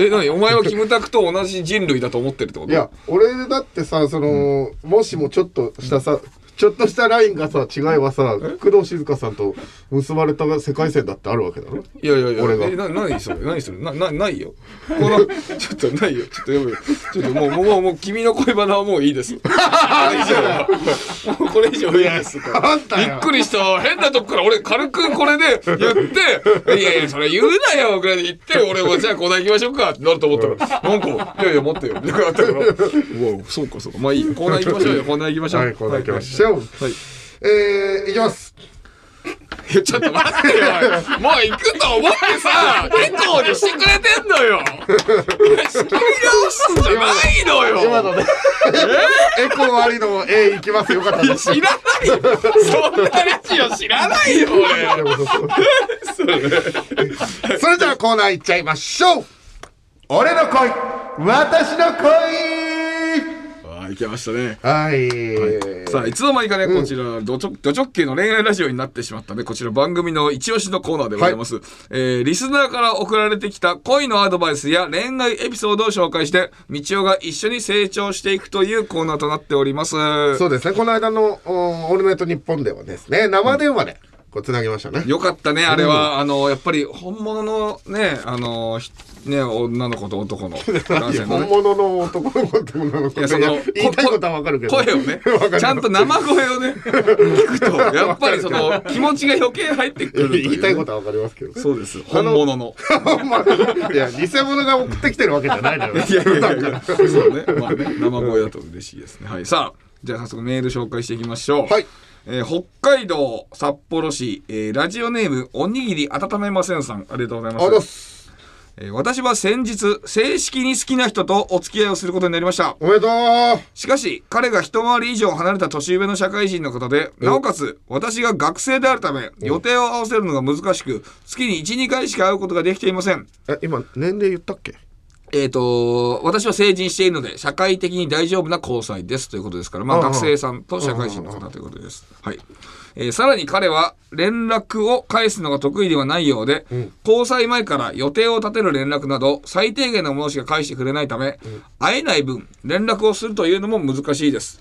S2: え何お前はキムタクと同じ人類だと思ってるってこと
S1: いや俺だってさその、もしもちょっとしたさ、ちょっとしたラインがさ違いはさ工藤静香さんと結ばれた世界線だってあるわけだろ
S2: いやいやいや
S1: 俺が
S2: えな何それ何それななないよこの (laughs) ちょっとないよちょっとやめよちょっともうもうもうもう君の恋バナはもういいです
S1: (laughs)
S2: これ以上はもうこれ以上はいいです
S1: なん
S2: び
S1: だ
S2: っくりした変なとこから俺軽くこれで言って「 (laughs) いやいやそれ言うなよ」ぐらいで言って俺もじゃあコーナー行きましょうかってなると思ったらなんか「いやいや待ってよ」ってなったから「うわ (laughs) そうかそうかまあいいよコーナー行きまし (laughs) ょうよコーナー行きましょう」
S1: はい、こんなきましょう。
S2: はい
S1: えー、いきます。
S2: いやちょっと待ってよおいもう行くと思ってさ結構にしてくれてんのよ仕切り直すんじゃないのよ
S1: 今のね、エコーありの A いきます。よかった (laughs) です。
S2: 知らないよそんなラジオ知らないよ俺それ
S1: それではコーナーいっちゃいましょう。俺の恋、私の恋
S2: ああ行けましたね
S1: はい。
S2: さあいつの間にかね、こちらド直ド直球の恋愛ラジオになってしまったねこちら番組の一押しのコーナーでございます、えーリスナーから送られてきた恋のアドバイスや恋愛エピソードを紹介して道夫が一緒に成長していくというコーナーとなっております
S1: そうですね、この間のおーオールナイトニッポンではですね、生電話で、こう、つなぎましたね。
S2: よかったねあれは、あのやっぱり本物のねあのひね女の子と男の男性の
S1: 本
S2: ね
S1: 物の男の子と女の
S2: い
S1: 子
S2: やそ
S1: い
S2: の
S1: や言いたいことはわかるけど
S2: 声をね
S1: (laughs) わかる
S2: ちゃんと生声をね聞くとやっぱりそ
S1: わか
S2: の気持ちが余計入ってくるというね
S1: 言いたいことはわかりますけど
S2: そうです本物の
S1: ほんまいや偽物が送ってきてるわけじゃないのよ
S2: いやいやいやいやそうねまあね生声だと嬉しいですねはいさあじゃあ早速メール紹介していきましょう
S1: はい
S2: えー北海道札幌市、えーラジオネームおにぎり温めませんさんありがとうございます
S1: あざっす
S2: えー私は先日正式に好きな人とお付き合いをすることになりました
S1: おめでとう
S2: しかし彼が一回り以上離れた年上の社会人の方でなおかつ私が学生であるため予定を合わせるのが難しく月に12回しか会うことができていません
S1: え今年齢言ったっけ
S2: えー、と私は成人しているので社会的に大丈夫な交際ですということですから、まあ、
S1: うんうん
S2: 学生さんと社会人の方ということです、はいえーさらに彼は連絡を返すのが得意ではないようで、交際前から予定を立てる連絡など最低限のものしか返してくれないため、会えない分連絡をするというのも難しいです、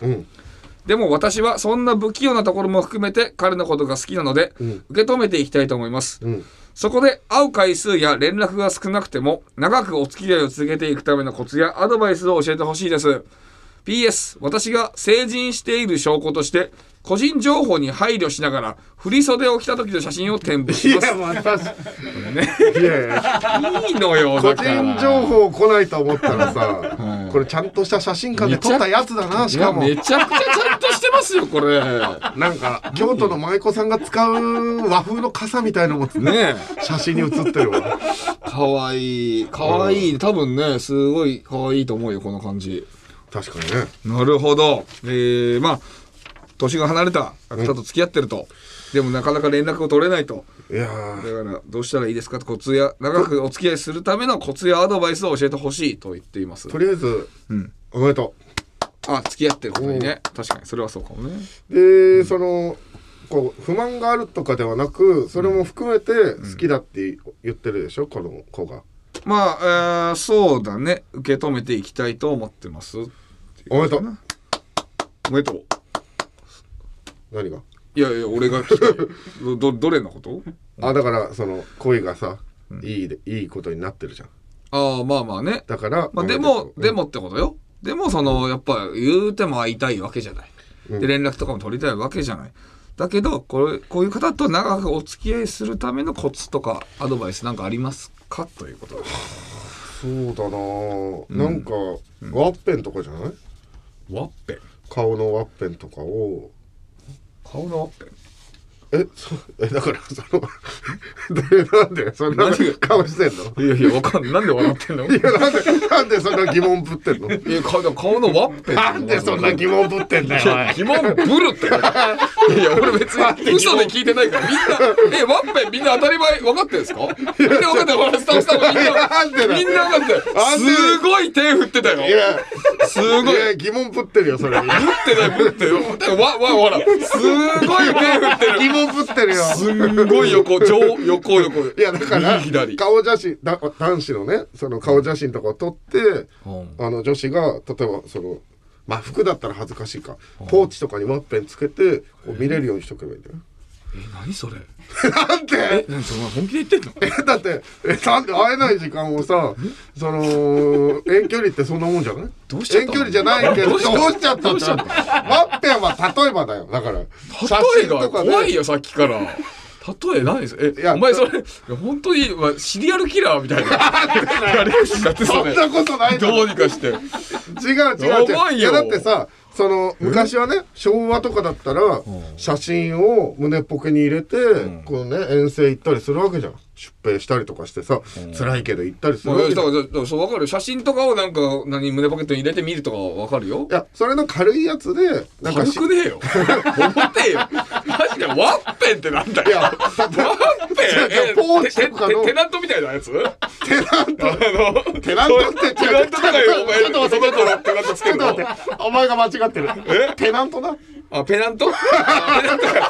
S2: でも私はそんな不器用なところも含めて彼のことが好きなので、
S1: ん
S2: 受け止めていきたいと思います、
S1: うん
S2: そこで会う回数や連絡が少なくても長くお付き合いを続けていくためのコツやアドバイスを教えてほしいです PS 私が成人している証拠として個人情報に配慮しながら振り袖を着た時の写真を添付
S1: い
S2: します
S1: やまたいやいや
S2: いいのよ
S1: 個
S2: だから
S1: 人情報来ないと思ったらさこれちゃんとした写真館で撮ったやつだなしかも
S2: いやめちゃくちゃちゃんとしてますよこれ
S1: なんか京都の舞妓さんが使う和風の傘みたいのも
S2: ねえ
S1: 写真に写ってるわ
S2: かわいいかわいい多分ねすごいかわいいと思うよこの感じ
S1: 確かにね
S2: なるほどえー、まあ年が離れた方と付き合ってると、でもなかなか連絡を取れないと
S1: いや
S2: だ
S1: ー
S2: からどうしたらいいですかとコツや長くお付き合いするためのコツやアドバイスを教えてほしいと言っています
S1: とりあえず、
S2: ん
S1: おめでと
S2: あ付き合ってることにね確かにそれはそうかもね
S1: うでそのこう不満があるとかではなくそれも含めて好きだって言ってるでしょこの子が
S2: まあ、えーそうだね受け止めていきたいと思ってます
S1: おめでとう
S2: おめでとう
S1: 何が
S2: いやいや俺が聞きたいどどどれのこと (laughs)
S1: あだからその恋がさ、いいでいいことになってるじゃん
S2: ああまあまあね
S1: だから、お
S2: まあ、
S1: め
S2: で
S1: とう
S2: も、
S1: うん
S2: でもってことよ。でも、その、やっぱ、言うても会いたいわけじゃない。で、連絡とかも取りたいわけじゃない。だけど、これ、こういう方と長くお付き合いするためのコツとか、アドバイスなんかありますかということです。
S1: そうだなー、なんかワッペンとかじゃない
S2: ワッペン
S1: 顔のワッペンとかを
S2: 顔のワッペン
S1: えそえだからその (laughs) でなんでそんな
S2: 何が
S1: 顔してんの
S2: いやいや、わかんない。なんで笑ってんのい
S1: いやなんでなんでそんな疑問ぶってんの
S2: や、顔の顔のワッペン
S1: なんでそんな疑問ぶってんだよ
S2: 疑問ブルって。いや、俺別に嘘で聞いてないから、みんな、え、ワッペンみんな当たり前分かってんですかみんな分かってるほら、スタッフさんもみん
S1: いやなんで
S2: な、
S1: だ
S2: みんな分かって
S1: なん
S2: る。
S1: です
S2: ごい手振ってたよ。
S1: いや
S2: すごい。
S1: いや疑問ぶってるよ
S2: (laughs)
S1: それに
S2: 振ってない、振ってよ。だからわ、わ、ほら、すごい手振ってる。
S1: 疑問ぶってるよ
S2: すんごい横、上、横、横。
S1: いやだから
S2: 右左。
S1: 顔写真だ男子のねその顔写真とかを撮って
S2: うん
S1: あの女子が例えばそのまあ服だったら恥ずかしいかポーチとかにワッペンつけてこう見れるようにしとけばいいんだよ
S2: 何それ
S1: なんで
S2: 何それお前本気で言ってんの
S1: えだってえなんで会えない時間をさその遠距離ってそんなもんじゃない
S2: どうしちゃった
S1: 遠距離じゃないけどど
S2: ど
S1: う
S2: う
S1: し
S2: し
S1: ち
S2: た
S1: ゃったってワッペンは例えばだよだから
S2: 例えが
S1: ね
S2: 怖いよ、さっきから。例え何ですえ
S1: いや
S2: お前それいや本当に、まあ、シリアルキラーみたいなやり口になって
S1: そ
S2: それ
S1: んなことないだろ
S2: どうにかして
S1: 違う違う違
S2: 重
S1: う
S2: い
S1: いや
S2: よ
S1: だってさその昔はね昭和とかだったら写真を胸ポケに入れて、こうね遠征行ったりするわけじゃん出兵したりとかしてさ、辛いけど行ったりする
S2: まあ
S1: わけ
S2: だ
S1: じ
S2: か
S1: ゃん、
S2: ら
S1: い
S2: だからそうわかるよ写真とかをなんか何胸ポケットに入れてみるとかはわかるよ
S1: やそれの軽いやつでなんか
S2: 軽
S1: し
S2: くねえ (laughs) よ重てえよマジでワッペンってなんだ
S1: い
S2: よ
S1: や
S2: ワッペ
S1: 違う
S2: ン
S1: 違う
S2: え
S1: ポーチとかの
S2: ててテナントみたいなやつ
S1: テナン
S2: あの
S1: トテナントって
S2: テナントとかよお前
S1: ちょっと待って
S2: その頃テナントつ
S1: ちょ
S2: ける
S1: っと
S2: の
S1: 待ってお前が間違ってるテナントな
S2: あ、ペナントあペナントか。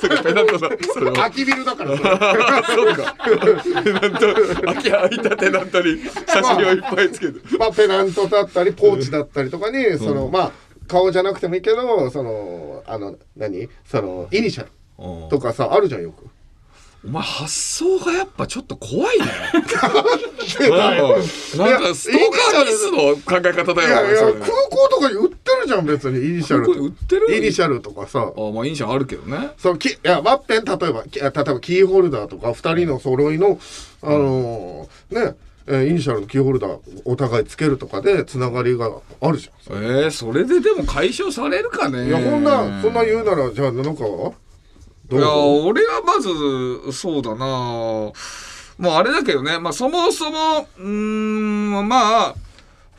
S2: そうか、ペナントだ。それは。
S1: 空きビルだからさ
S2: そうか。ペナント、秋空いたペナントに写真をいっぱいつけて。
S1: まあテナントだったりポーチだったりとかにその、まあ顔じゃなくてもいいけどそのあの何そのイニシャルとかさあるじゃんよく。
S2: お前発想がやっぱちょっと怖いね。うんなんかストーカーミスの考え方
S1: い
S2: だ
S1: やいや
S2: よ。
S1: 空港とかに売ってるじゃん別にイニシャルと
S2: 空港に売ってる
S1: イニシャルとかさ
S2: あ、まあ印象あるけどね。
S1: そのきいやワッペン例えばき例えばキーホルダーとか2人の揃いのあのーねえーイニシャルのキーホルダーお互いつけるとかでつながりがあるじゃ
S2: えー、それででも解消されるかね。
S1: んいやこんなそんな言うならじゃあ布川はど
S2: いや
S1: う
S2: 俺はまずそうだなまああれだけどね、まあ、そもそもうーんまあ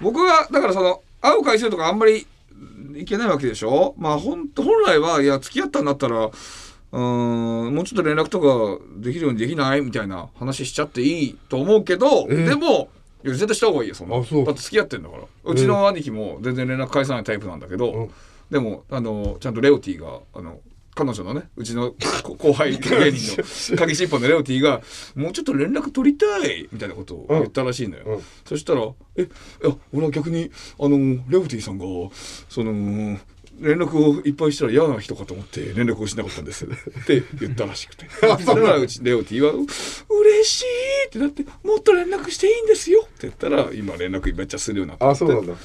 S2: 僕はだからその会う回数とかあんまりいけないわけでしょまあほん本来はいや付き合ったんだったらうーんもうちょっと連絡とかできるようにできないみたいな話しちゃっていいと思うけど、でもいや絶対した方がいいよそんな
S1: あそう
S2: だって付き合ってんだからうちの兄貴も全然連絡返さないタイプなんだけど、でもあのちゃんとレオティがあの彼女のねうちのこ後輩芸人
S1: (laughs)
S2: の鍵しっぽのレオティが「もうちょっと連絡取りたい」みたいなことを言ったらしいのよ、
S1: うんうん
S2: そしたら「えいや俺は逆にあのレオティさんがその連絡をいっぱいしたら嫌な人かと思って連絡をしなかった
S1: (laughs)
S2: んです」って言ったらしくてそれならうちレオティは「う嬉しい!」ってなって「もっと連絡していいんですよ」って言ったら今連絡めっちゃするようになった
S1: あそうなんだい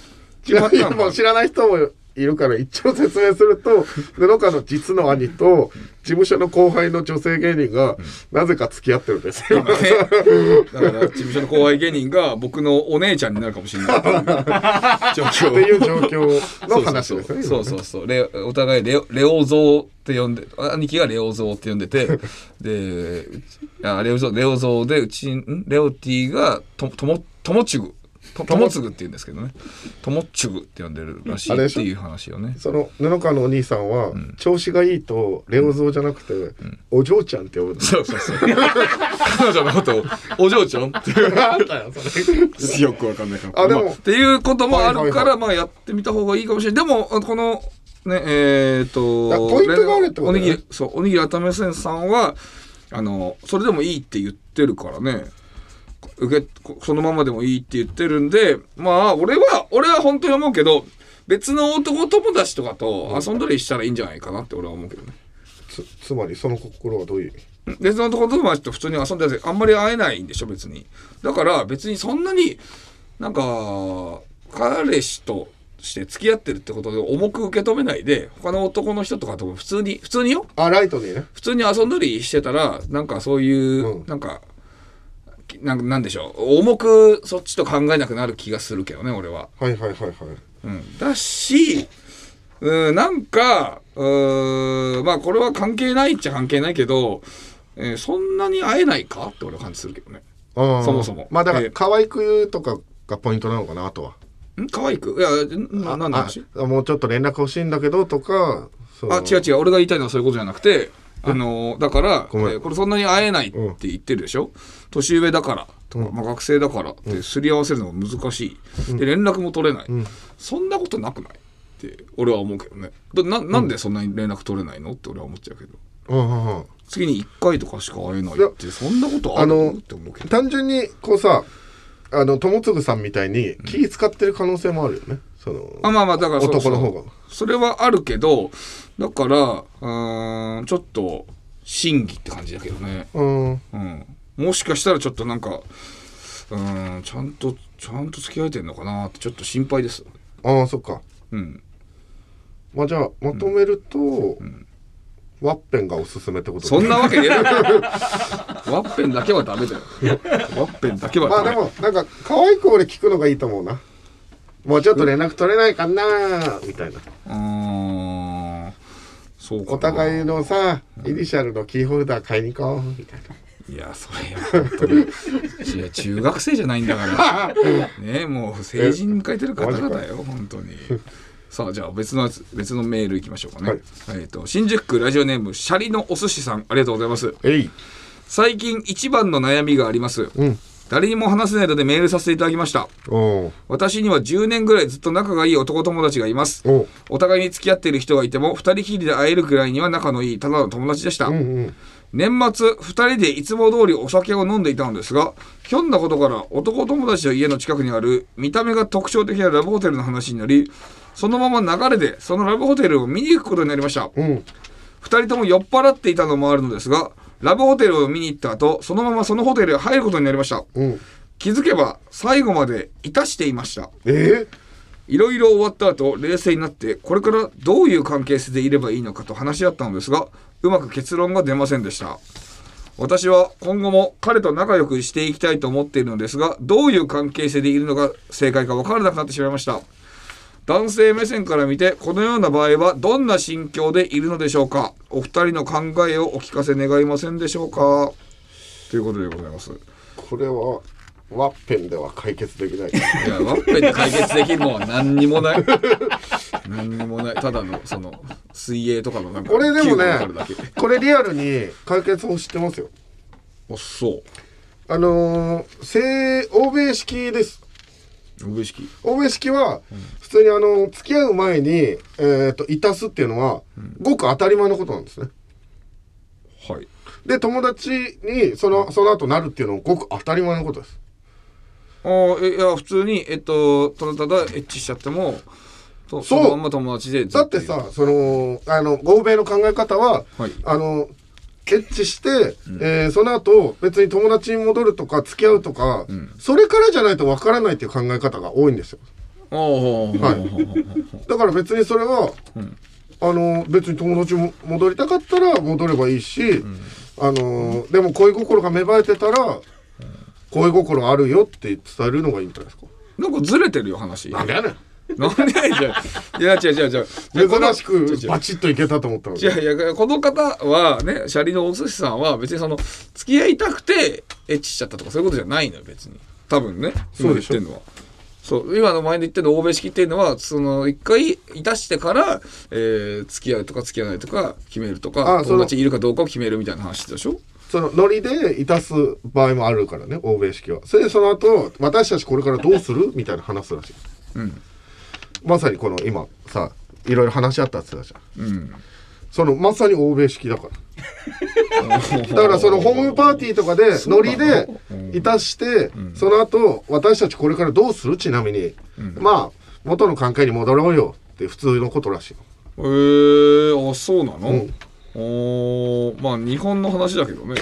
S2: 違う
S1: やいやもう知らない人もいるから一応説明する
S2: (laughs)
S1: と布川の実の兄と事務所の後輩の女性芸人がなぜか付き合ってるんですよ。
S2: (laughs) だから事務所の後輩芸人が僕のお姉ちゃんになるかもし
S1: (laughs)
S2: れないっていう状況
S1: っていう状況の話
S2: そう
S1: です
S2: そ
S1: ね。
S2: うそうそうそうそうレオお互いレオレオゾーって呼んで兄貴がレオゾーって呼んでて
S1: (laughs)
S2: でうちあレオゾーレオゾーでうちんレオティがとともともちぐとともつぐって言うんですけどねともちぐって呼んでるらし
S1: あれ
S2: い
S1: で
S2: っ
S1: しょ
S2: ていう話をね
S1: その布川のお兄さんは、調子がいいとレオゾーじゃなくて、お嬢ちゃんって呼ぶんです
S2: そうそうそう彼女のことをお嬢ちゃんっていうよくわかんない
S1: あで
S2: まあ
S1: も
S2: っ、ていうこともあるか
S1: はいはいは
S2: ら、まあ、やってみた方がいいかもしれない。でも、あのこの、ね、えー、と、
S1: あポイントがあるってこと
S2: お
S1: ね
S2: にぎり、そう、おにぎりあためせんさんは、あの、それでもいいって言ってるからね。受け、こそのままでもいいって言ってるんで、まあ、俺は、俺は本当に思うけど、別の男友達とかと遊んだりしたらいいんじゃないかなって俺は思うけどね。
S1: つつまりその心はどういう意味
S2: 別の男友達と普通に遊んでてあんまり会えないんでしょ別にだから別にそんなになんか彼氏として付き合ってるってことで重く受け止めないで他の男の人とかとも普通に普通によ
S1: あライトにね
S2: 普通に遊んだりしてたらなんかそういう、
S1: うん
S2: なんかきなんなんでしょう重くそっちと考えなくなる気がするけどね俺は。
S1: はいはいはいはい
S2: うん、だし、うん、なんかうんまあこれは関係ないっちゃ関係ないけど、えーそんなに会えないかって俺は感じするけどね。
S1: あー
S2: そもそも
S1: まあだから
S2: え
S1: 可愛く言うとかがポイントなのかなあとは
S2: ん可愛くいやんななんの話
S1: あもうちょっと連絡欲しいんだけどとかその
S2: あ違う違う俺が言いたいのはそういうことじゃなくてあのだから、え
S1: ごめん
S2: ーこれそんなに会えないって言ってるでしょ、年上だからとか、まあ、学生だからってすり合わせるのが難しい、で連絡も取れない、そんなことなくないって俺は思うけどねだななんでそんなに連絡取れないのって俺は思っちゃうけど。
S1: うんうんうん
S2: 月に1回とかしか会えないってそんなこと
S1: あ
S2: あるの
S1: の
S2: って思うけど
S1: 単純にこうさあの友次さんみたいに気使ってる可能性もあるよねその
S2: あまあまあだからそう
S1: 男の方が
S2: そうそれはあるけどだからうーんちょっと審議って感じだけどね、
S1: うん
S2: うん、もしかしたらちょっとなんかうーんちゃんとちゃんと付き合えてんのかなってちょっと心配です
S1: ああそっか
S2: うん
S1: まあじゃあまとめると、ワッペンがおすすめってこと
S2: そんなわけねえだ
S1: (laughs)
S2: ろワッペンだけはダメだよワッペンだけは
S1: まあ
S2: ダメ
S1: でもなんか可愛く俺聞くのがいいと思うなもうちょっと連絡取れないかなみたいな
S2: うーんそうかな
S1: お互いのさイニシャルのキーホルダー買いに行こうみたい
S2: いや、それは本当に。いや、中学生じゃないんだ
S1: (laughs)
S2: から。ねもう成人迎えてる方々よ、本当に。さあ、じゃあ別のやつ、別のメールいきましょうかね。
S1: はい
S2: えっと、新宿区ラジオネーム、シャリのお寿司さん、ありがとうございます。
S1: なえい
S2: 最近一番の悩みがあります。
S1: うん
S2: 誰にも話せないのでメールさせていただきました。
S1: おう
S2: 私には10年ぐらいずっと仲がいい男友達がいます。
S1: おう
S2: お互いに付き合っている人がいても、2人きりで会えるくらいには仲のいい、ただの友達でした。
S1: うんうん
S2: 年末2人でいつも通りお酒を飲んでいたのですがひょんなことから男友達の家の近くにある見た目が特徴的なラブホテルの話になりそのまま流れでそのラブホテルを見に行くことになりました
S1: うん
S2: 2人とも酔っ払っていたのもあるのですがラブホテルを見に行った後そのままそのホテルへ入ることになりました
S1: うん
S2: 気づけば最後までいたしていました
S1: えー、
S2: いろいろ終わった後冷静になってこれからどういう関係性でいればいいのかと話し合ったのですがうまく結論が出ませんでした私は今後も彼と仲良くしていきたいと思っているのですがどういう関係性でいるのが正解か分からなくなってしまいました男性目線から見てこのような場合はどんな心境でいるのでしょうかお二人の考えをお聞かせ願いませんでしょうかということでございます
S1: これはワッペンでは解決でき
S2: (laughs)
S1: ない
S2: いや、ワッペンで解決できるのは何にも
S1: (laughs)
S2: ない。何にもない。ただの、その、水泳とかのなんか、
S1: これでも
S2: 器具が
S1: ね
S2: あるだけ
S1: これリアルに解決法知ってますよ
S2: あ、そう。
S1: あのー、西欧米式です
S2: おぶしき
S1: 大部屋式は普通にあの付き合う前に、えー、といたすっていうのはごく当たり前のことなんですね
S2: はい
S1: で友達にそのその後なるっていうのもごく当たり前のことです
S2: あーえいや普通にえっとただただエッチしちゃってもとそのまんま友達でず
S1: だっ
S2: と
S1: て
S2: いる
S1: さそのあの欧米の考え方は、
S2: はい
S1: あのエッチして、えーその後別に友達に戻るとか付き合うとか、それからじゃないとわからないっていう考え方が多いんですよ
S2: おー
S1: はいだから別にそれは、あの別に友達も戻りたかったら戻ればいいし、あのでも恋心が芽生えてたら、恋心あるよって伝えるのがいいんじゃないですか。
S2: なんかずれてるよ話
S1: なんでやねん
S2: なんでやじゃんいや違う違う違う
S1: 珍しく
S2: 違う違う
S1: バチッといけたと思ったの
S2: い
S1: に。
S2: やいやこの方はねシャリのお寿司さんは別にその付き合いたくてエッチしちゃったとかそういうことじゃないのよ別に多分ね今
S1: そう
S2: 言
S1: で
S2: っ
S1: しょ
S2: てんのはそう今の前で言ってるの欧米式っていうのはその一回いたしてから、えー付き合うとか付き合わないとか決めると
S1: あ
S2: か
S1: そ
S2: 友
S1: の
S2: 達いるかどうかを決めるみたいな話でしょ
S1: そのノリでいたす場合もあるからね、欧米式は。それでその後、私たちこれからどうするみたいな話すらしい。まさにこの今さ、いろいろ話し合ったって言ってたじゃん。そのまさに欧米式だから。
S2: (laughs)
S1: だからそのホームパーティーとかでノリでいたしてその後私たちこれからどうするちなみにまあ元の関係に戻ろうよって普通のことらしい
S2: へえー、あそうなの、
S1: うん
S2: おーまあ日本の話だけ (laughs) どね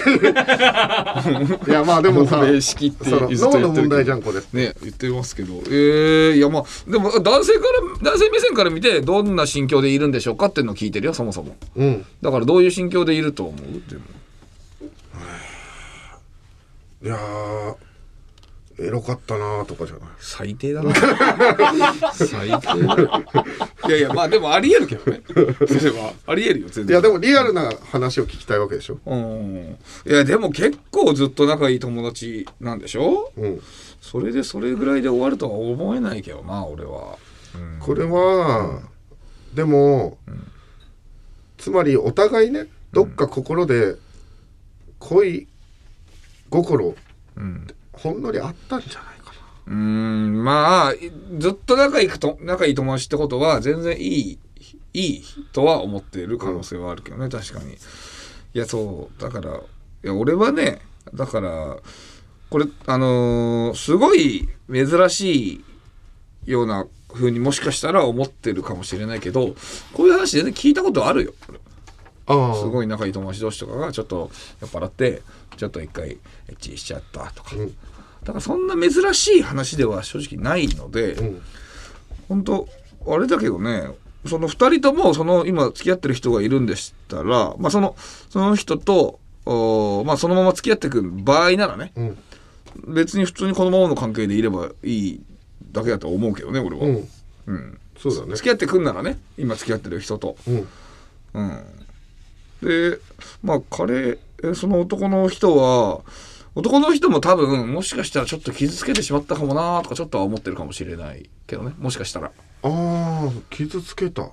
S1: いやまあでもさ
S2: (laughs) 欧米式って
S1: その
S2: ずっ
S1: 脳
S2: と言
S1: の
S2: ってる
S1: 問
S2: けど
S1: 題じゃんこれ
S2: ね言ってますけどえー、いやまあでも男性から男性目線から見てどんな心境でいるんでしょうかっていうのを聞いてるよそもそも
S1: うん
S2: だからどういう心境でいると思うでも
S1: いやーエロかったなーとかじゃない
S2: 最低だな最低だいやいやまあでもありえるけどねそれはありえるよ全
S1: い
S2: 然
S1: やでもリアルな話を聞きたいわけでしょ
S2: うんいやでも結構ずっと仲いい友達なんでしょ
S1: うん
S2: それでそれぐらいで終わるとは思えないけどな俺は
S1: これは、でも、つまりお互いねどっか心で恋心、ほんのりあったんじゃないか
S2: うーんまあいずっと仲いくと仲いい友達ってことは全然いいいいとは思っている可能性はあるけどね、確かにいやそうだからいや俺はねだからこれあのーすごい珍しいような風にもしかしたら思ってるかもしれないけどこういう話全然聞いたことあるよ
S1: なああ
S2: すごい仲いい友達同士とかがちょっと酔っ払ってちょっと一回エッチしちゃったとか、
S1: うん
S2: だからそんな珍しい話では正直ないので、
S1: ん
S2: 本当あれだけどねその2人ともその今付き合ってる人がいるんでしたら、まあ、そのその人とおーまあ、そのまま付き合っていく場合ならね、
S1: ん
S2: 別に普通にこのままの関係でいればいいだけだと思うけどね俺は、
S1: うん
S2: うん
S1: そうだね
S2: 付き合ってくんならね今付き合ってる人と。
S1: うん
S2: うん、でまあ彼えその男の人は男の人も多分もしかしたらちょっと傷つけてしまったかもなとかちょっとは思ってるかもしれないけどねもしかしたら
S1: ああ傷つけたあ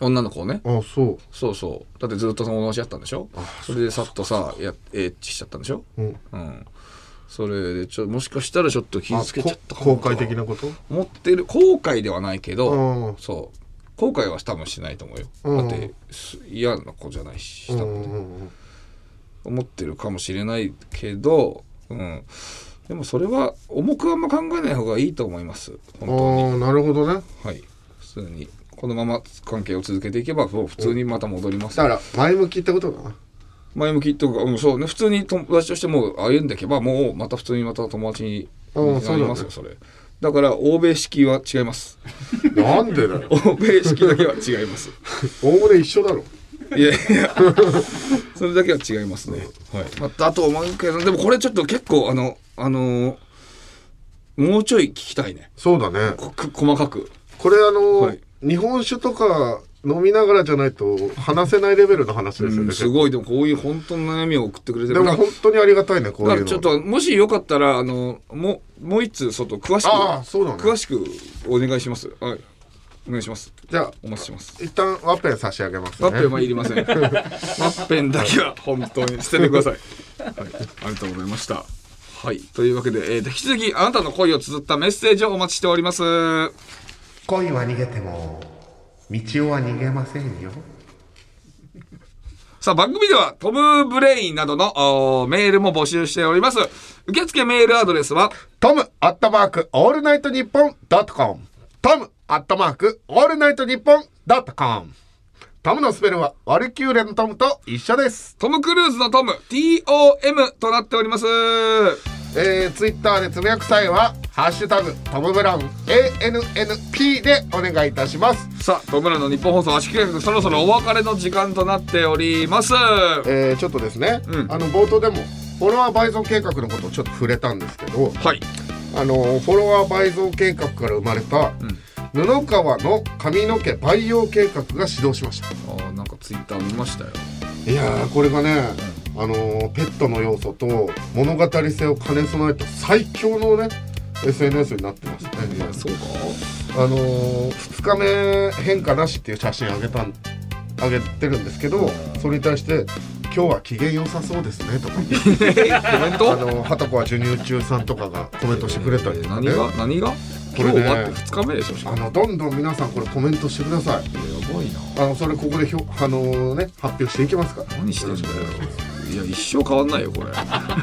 S2: 女の子をね
S1: あそう
S2: そうそうだってずっと友達やったんでしょそれでさっとさやエッチしちゃったんでしょ
S1: うん
S2: うんそれでちょもしかしたらちょっと傷
S1: あ
S2: つけちゃったか
S1: こ
S2: も
S1: 公開的なこと
S2: 持ってる後悔ではないけ
S1: う
S2: ど
S1: ん
S2: そう後悔は多分しないと思うよ
S1: う
S2: だ
S1: ん
S2: ってす嫌な子じゃないし
S1: うん
S2: 多分
S1: うんうん
S2: 思ってるかもしれないけど、うん、でもそれは重くあんま考えない方がいいと思います本当
S1: ああなるほどね
S2: にはい普通にこのまま関係を続けていけばもう普通にまた戻ります
S1: だから前向きってことだな
S2: 前向きとか、うん、そうね普通に友達としてもう歩んでいけばもうまた普通にまた友達に
S1: あーそ
S2: な
S1: うな
S2: り
S1: ん
S2: ま
S1: だ
S2: すよそれだから欧米式は違います
S1: なんでだよ
S2: 欧米式だけは違います
S1: おおむね一緒だろ
S2: いやい
S1: (laughs)
S2: や、それだけは違いますね。はい。またあと思うけど、でもこれちょっと結構あのあのーもうちょい聞きたいね。
S1: そうだね
S2: こく細かく。
S1: これあの、
S2: はい
S1: 日本酒とか飲みながらじゃないと話せないレベルの話ですよね、
S2: すごいでもこういう本当の悩みを送ってくれて
S1: で
S2: る。
S1: も本当にありがたいねこう
S2: だ
S1: い
S2: か
S1: うの
S2: らちょっともしよかったらあのもうもう一通ちょっと詳しく
S1: ああそうだね
S2: 詳しくお願いします。はい。お願いします。
S1: じゃあ
S2: お待ちしてます。
S1: 一旦ワッペン差し上げますね
S2: ワッペンはいりま
S1: (laughs)
S2: せん。ワッペンだけは本当に捨ててください。はい。ありがとうございました。はい。というわけで、えーと引き続きあなたの恋を綴ったメッセージをお待ちしております。
S1: 恋は逃げても道は逃げませんよ
S2: さあ、番組ではトムブレインなどのおーメールも募集しております。受付メールアドレスは、
S1: トムアットマークオールナイトニッポンドットコムトムアットマークオールナイトニッポンドットコムトムのスペルはワルキューレのトムと一緒です、
S2: トム・クルーズのトム、TOM となっております。
S1: えー、ツイッターでつぶやく際は「ハッシュタグトムブラウン ANNP」でお願いいたします、
S2: さあ、トムラの日本放送圧縮計画、そろそろお別れの時間となっております。は
S1: えー、ちょっとですね、
S2: うん
S1: あの冒頭でもフォロワー倍増計画のことをちょっと触れたんですけど
S2: い。
S1: あのフォロワー倍増計画から生まれた、布川の髪の毛培養計画が始動しました
S2: あーなんかツイッター見ましたよ。
S1: いやーこれがね、あのーペットの要素と物語性を兼ね備えた最強のね SNS になってますね、
S2: そうか
S1: あのー、2日目変化なしっていう写真あげたんあげてるんですけどそれに対して「今日は機嫌良さそうです
S2: (laughs)
S1: ね」とか言って
S2: コメン
S1: あ
S2: ト
S1: のー畑子は授乳中さんとかがコメントしてくれたりとか
S2: 何
S1: ね
S2: が何が
S1: こ
S2: 今
S1: れね
S2: 日終わって2日目でしょしか
S1: あ
S2: も
S1: のどんどん皆さんこれコメントしてください
S2: やばいな
S1: あのそれここでひょあのね発表していきますから
S2: 何してんのよいや一生変わんないよこれ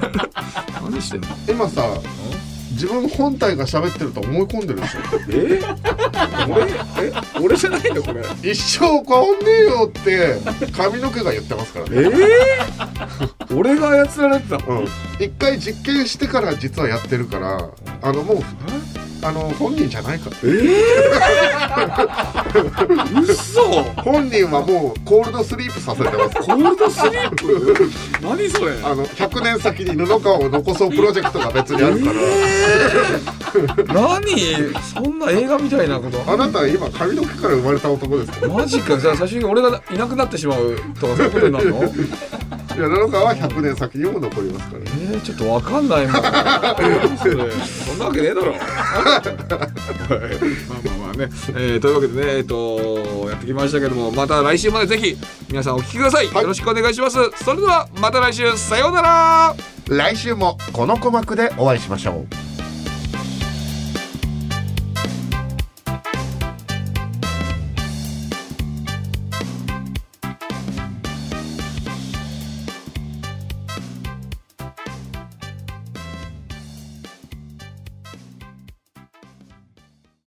S2: (laughs) 何してんの
S1: 今さ自分本体が喋ってると思い込んでるでしょ (laughs)
S2: え俺え俺じゃないのこれ
S1: 一生変わんねえよって髪の毛が言ってますからね、
S2: えー、 (laughs) 俺が操られてた
S1: うん、一回実験してから実はやってるからあのもうあの本人じゃないから
S2: 嘘
S1: 本人はもうコールドスリープさせてます
S2: コールドスリープ (laughs) 何それ
S1: あの100年先に布川を残そうプロジェクトが別にあるから、
S2: 何そんな映画みたいなこと
S1: あなたは今髪の毛から生まれた男ですから
S2: マジかじゃあ最終的に俺がいなくなってしまうとかそういうことになるの
S1: いや布川は100年先にも残りますからね
S2: えー、ちょっとわかんないもんそれ (laughs) そんなわけねえだろまあまあまあね、えー、というわけでねえっ、とやってきましたけどもまた来週までぜひ皆さんお聞きください、よろしくお願いしますそれではまた来週さようなら
S1: 来週もこの鼓膜でお会いしましょう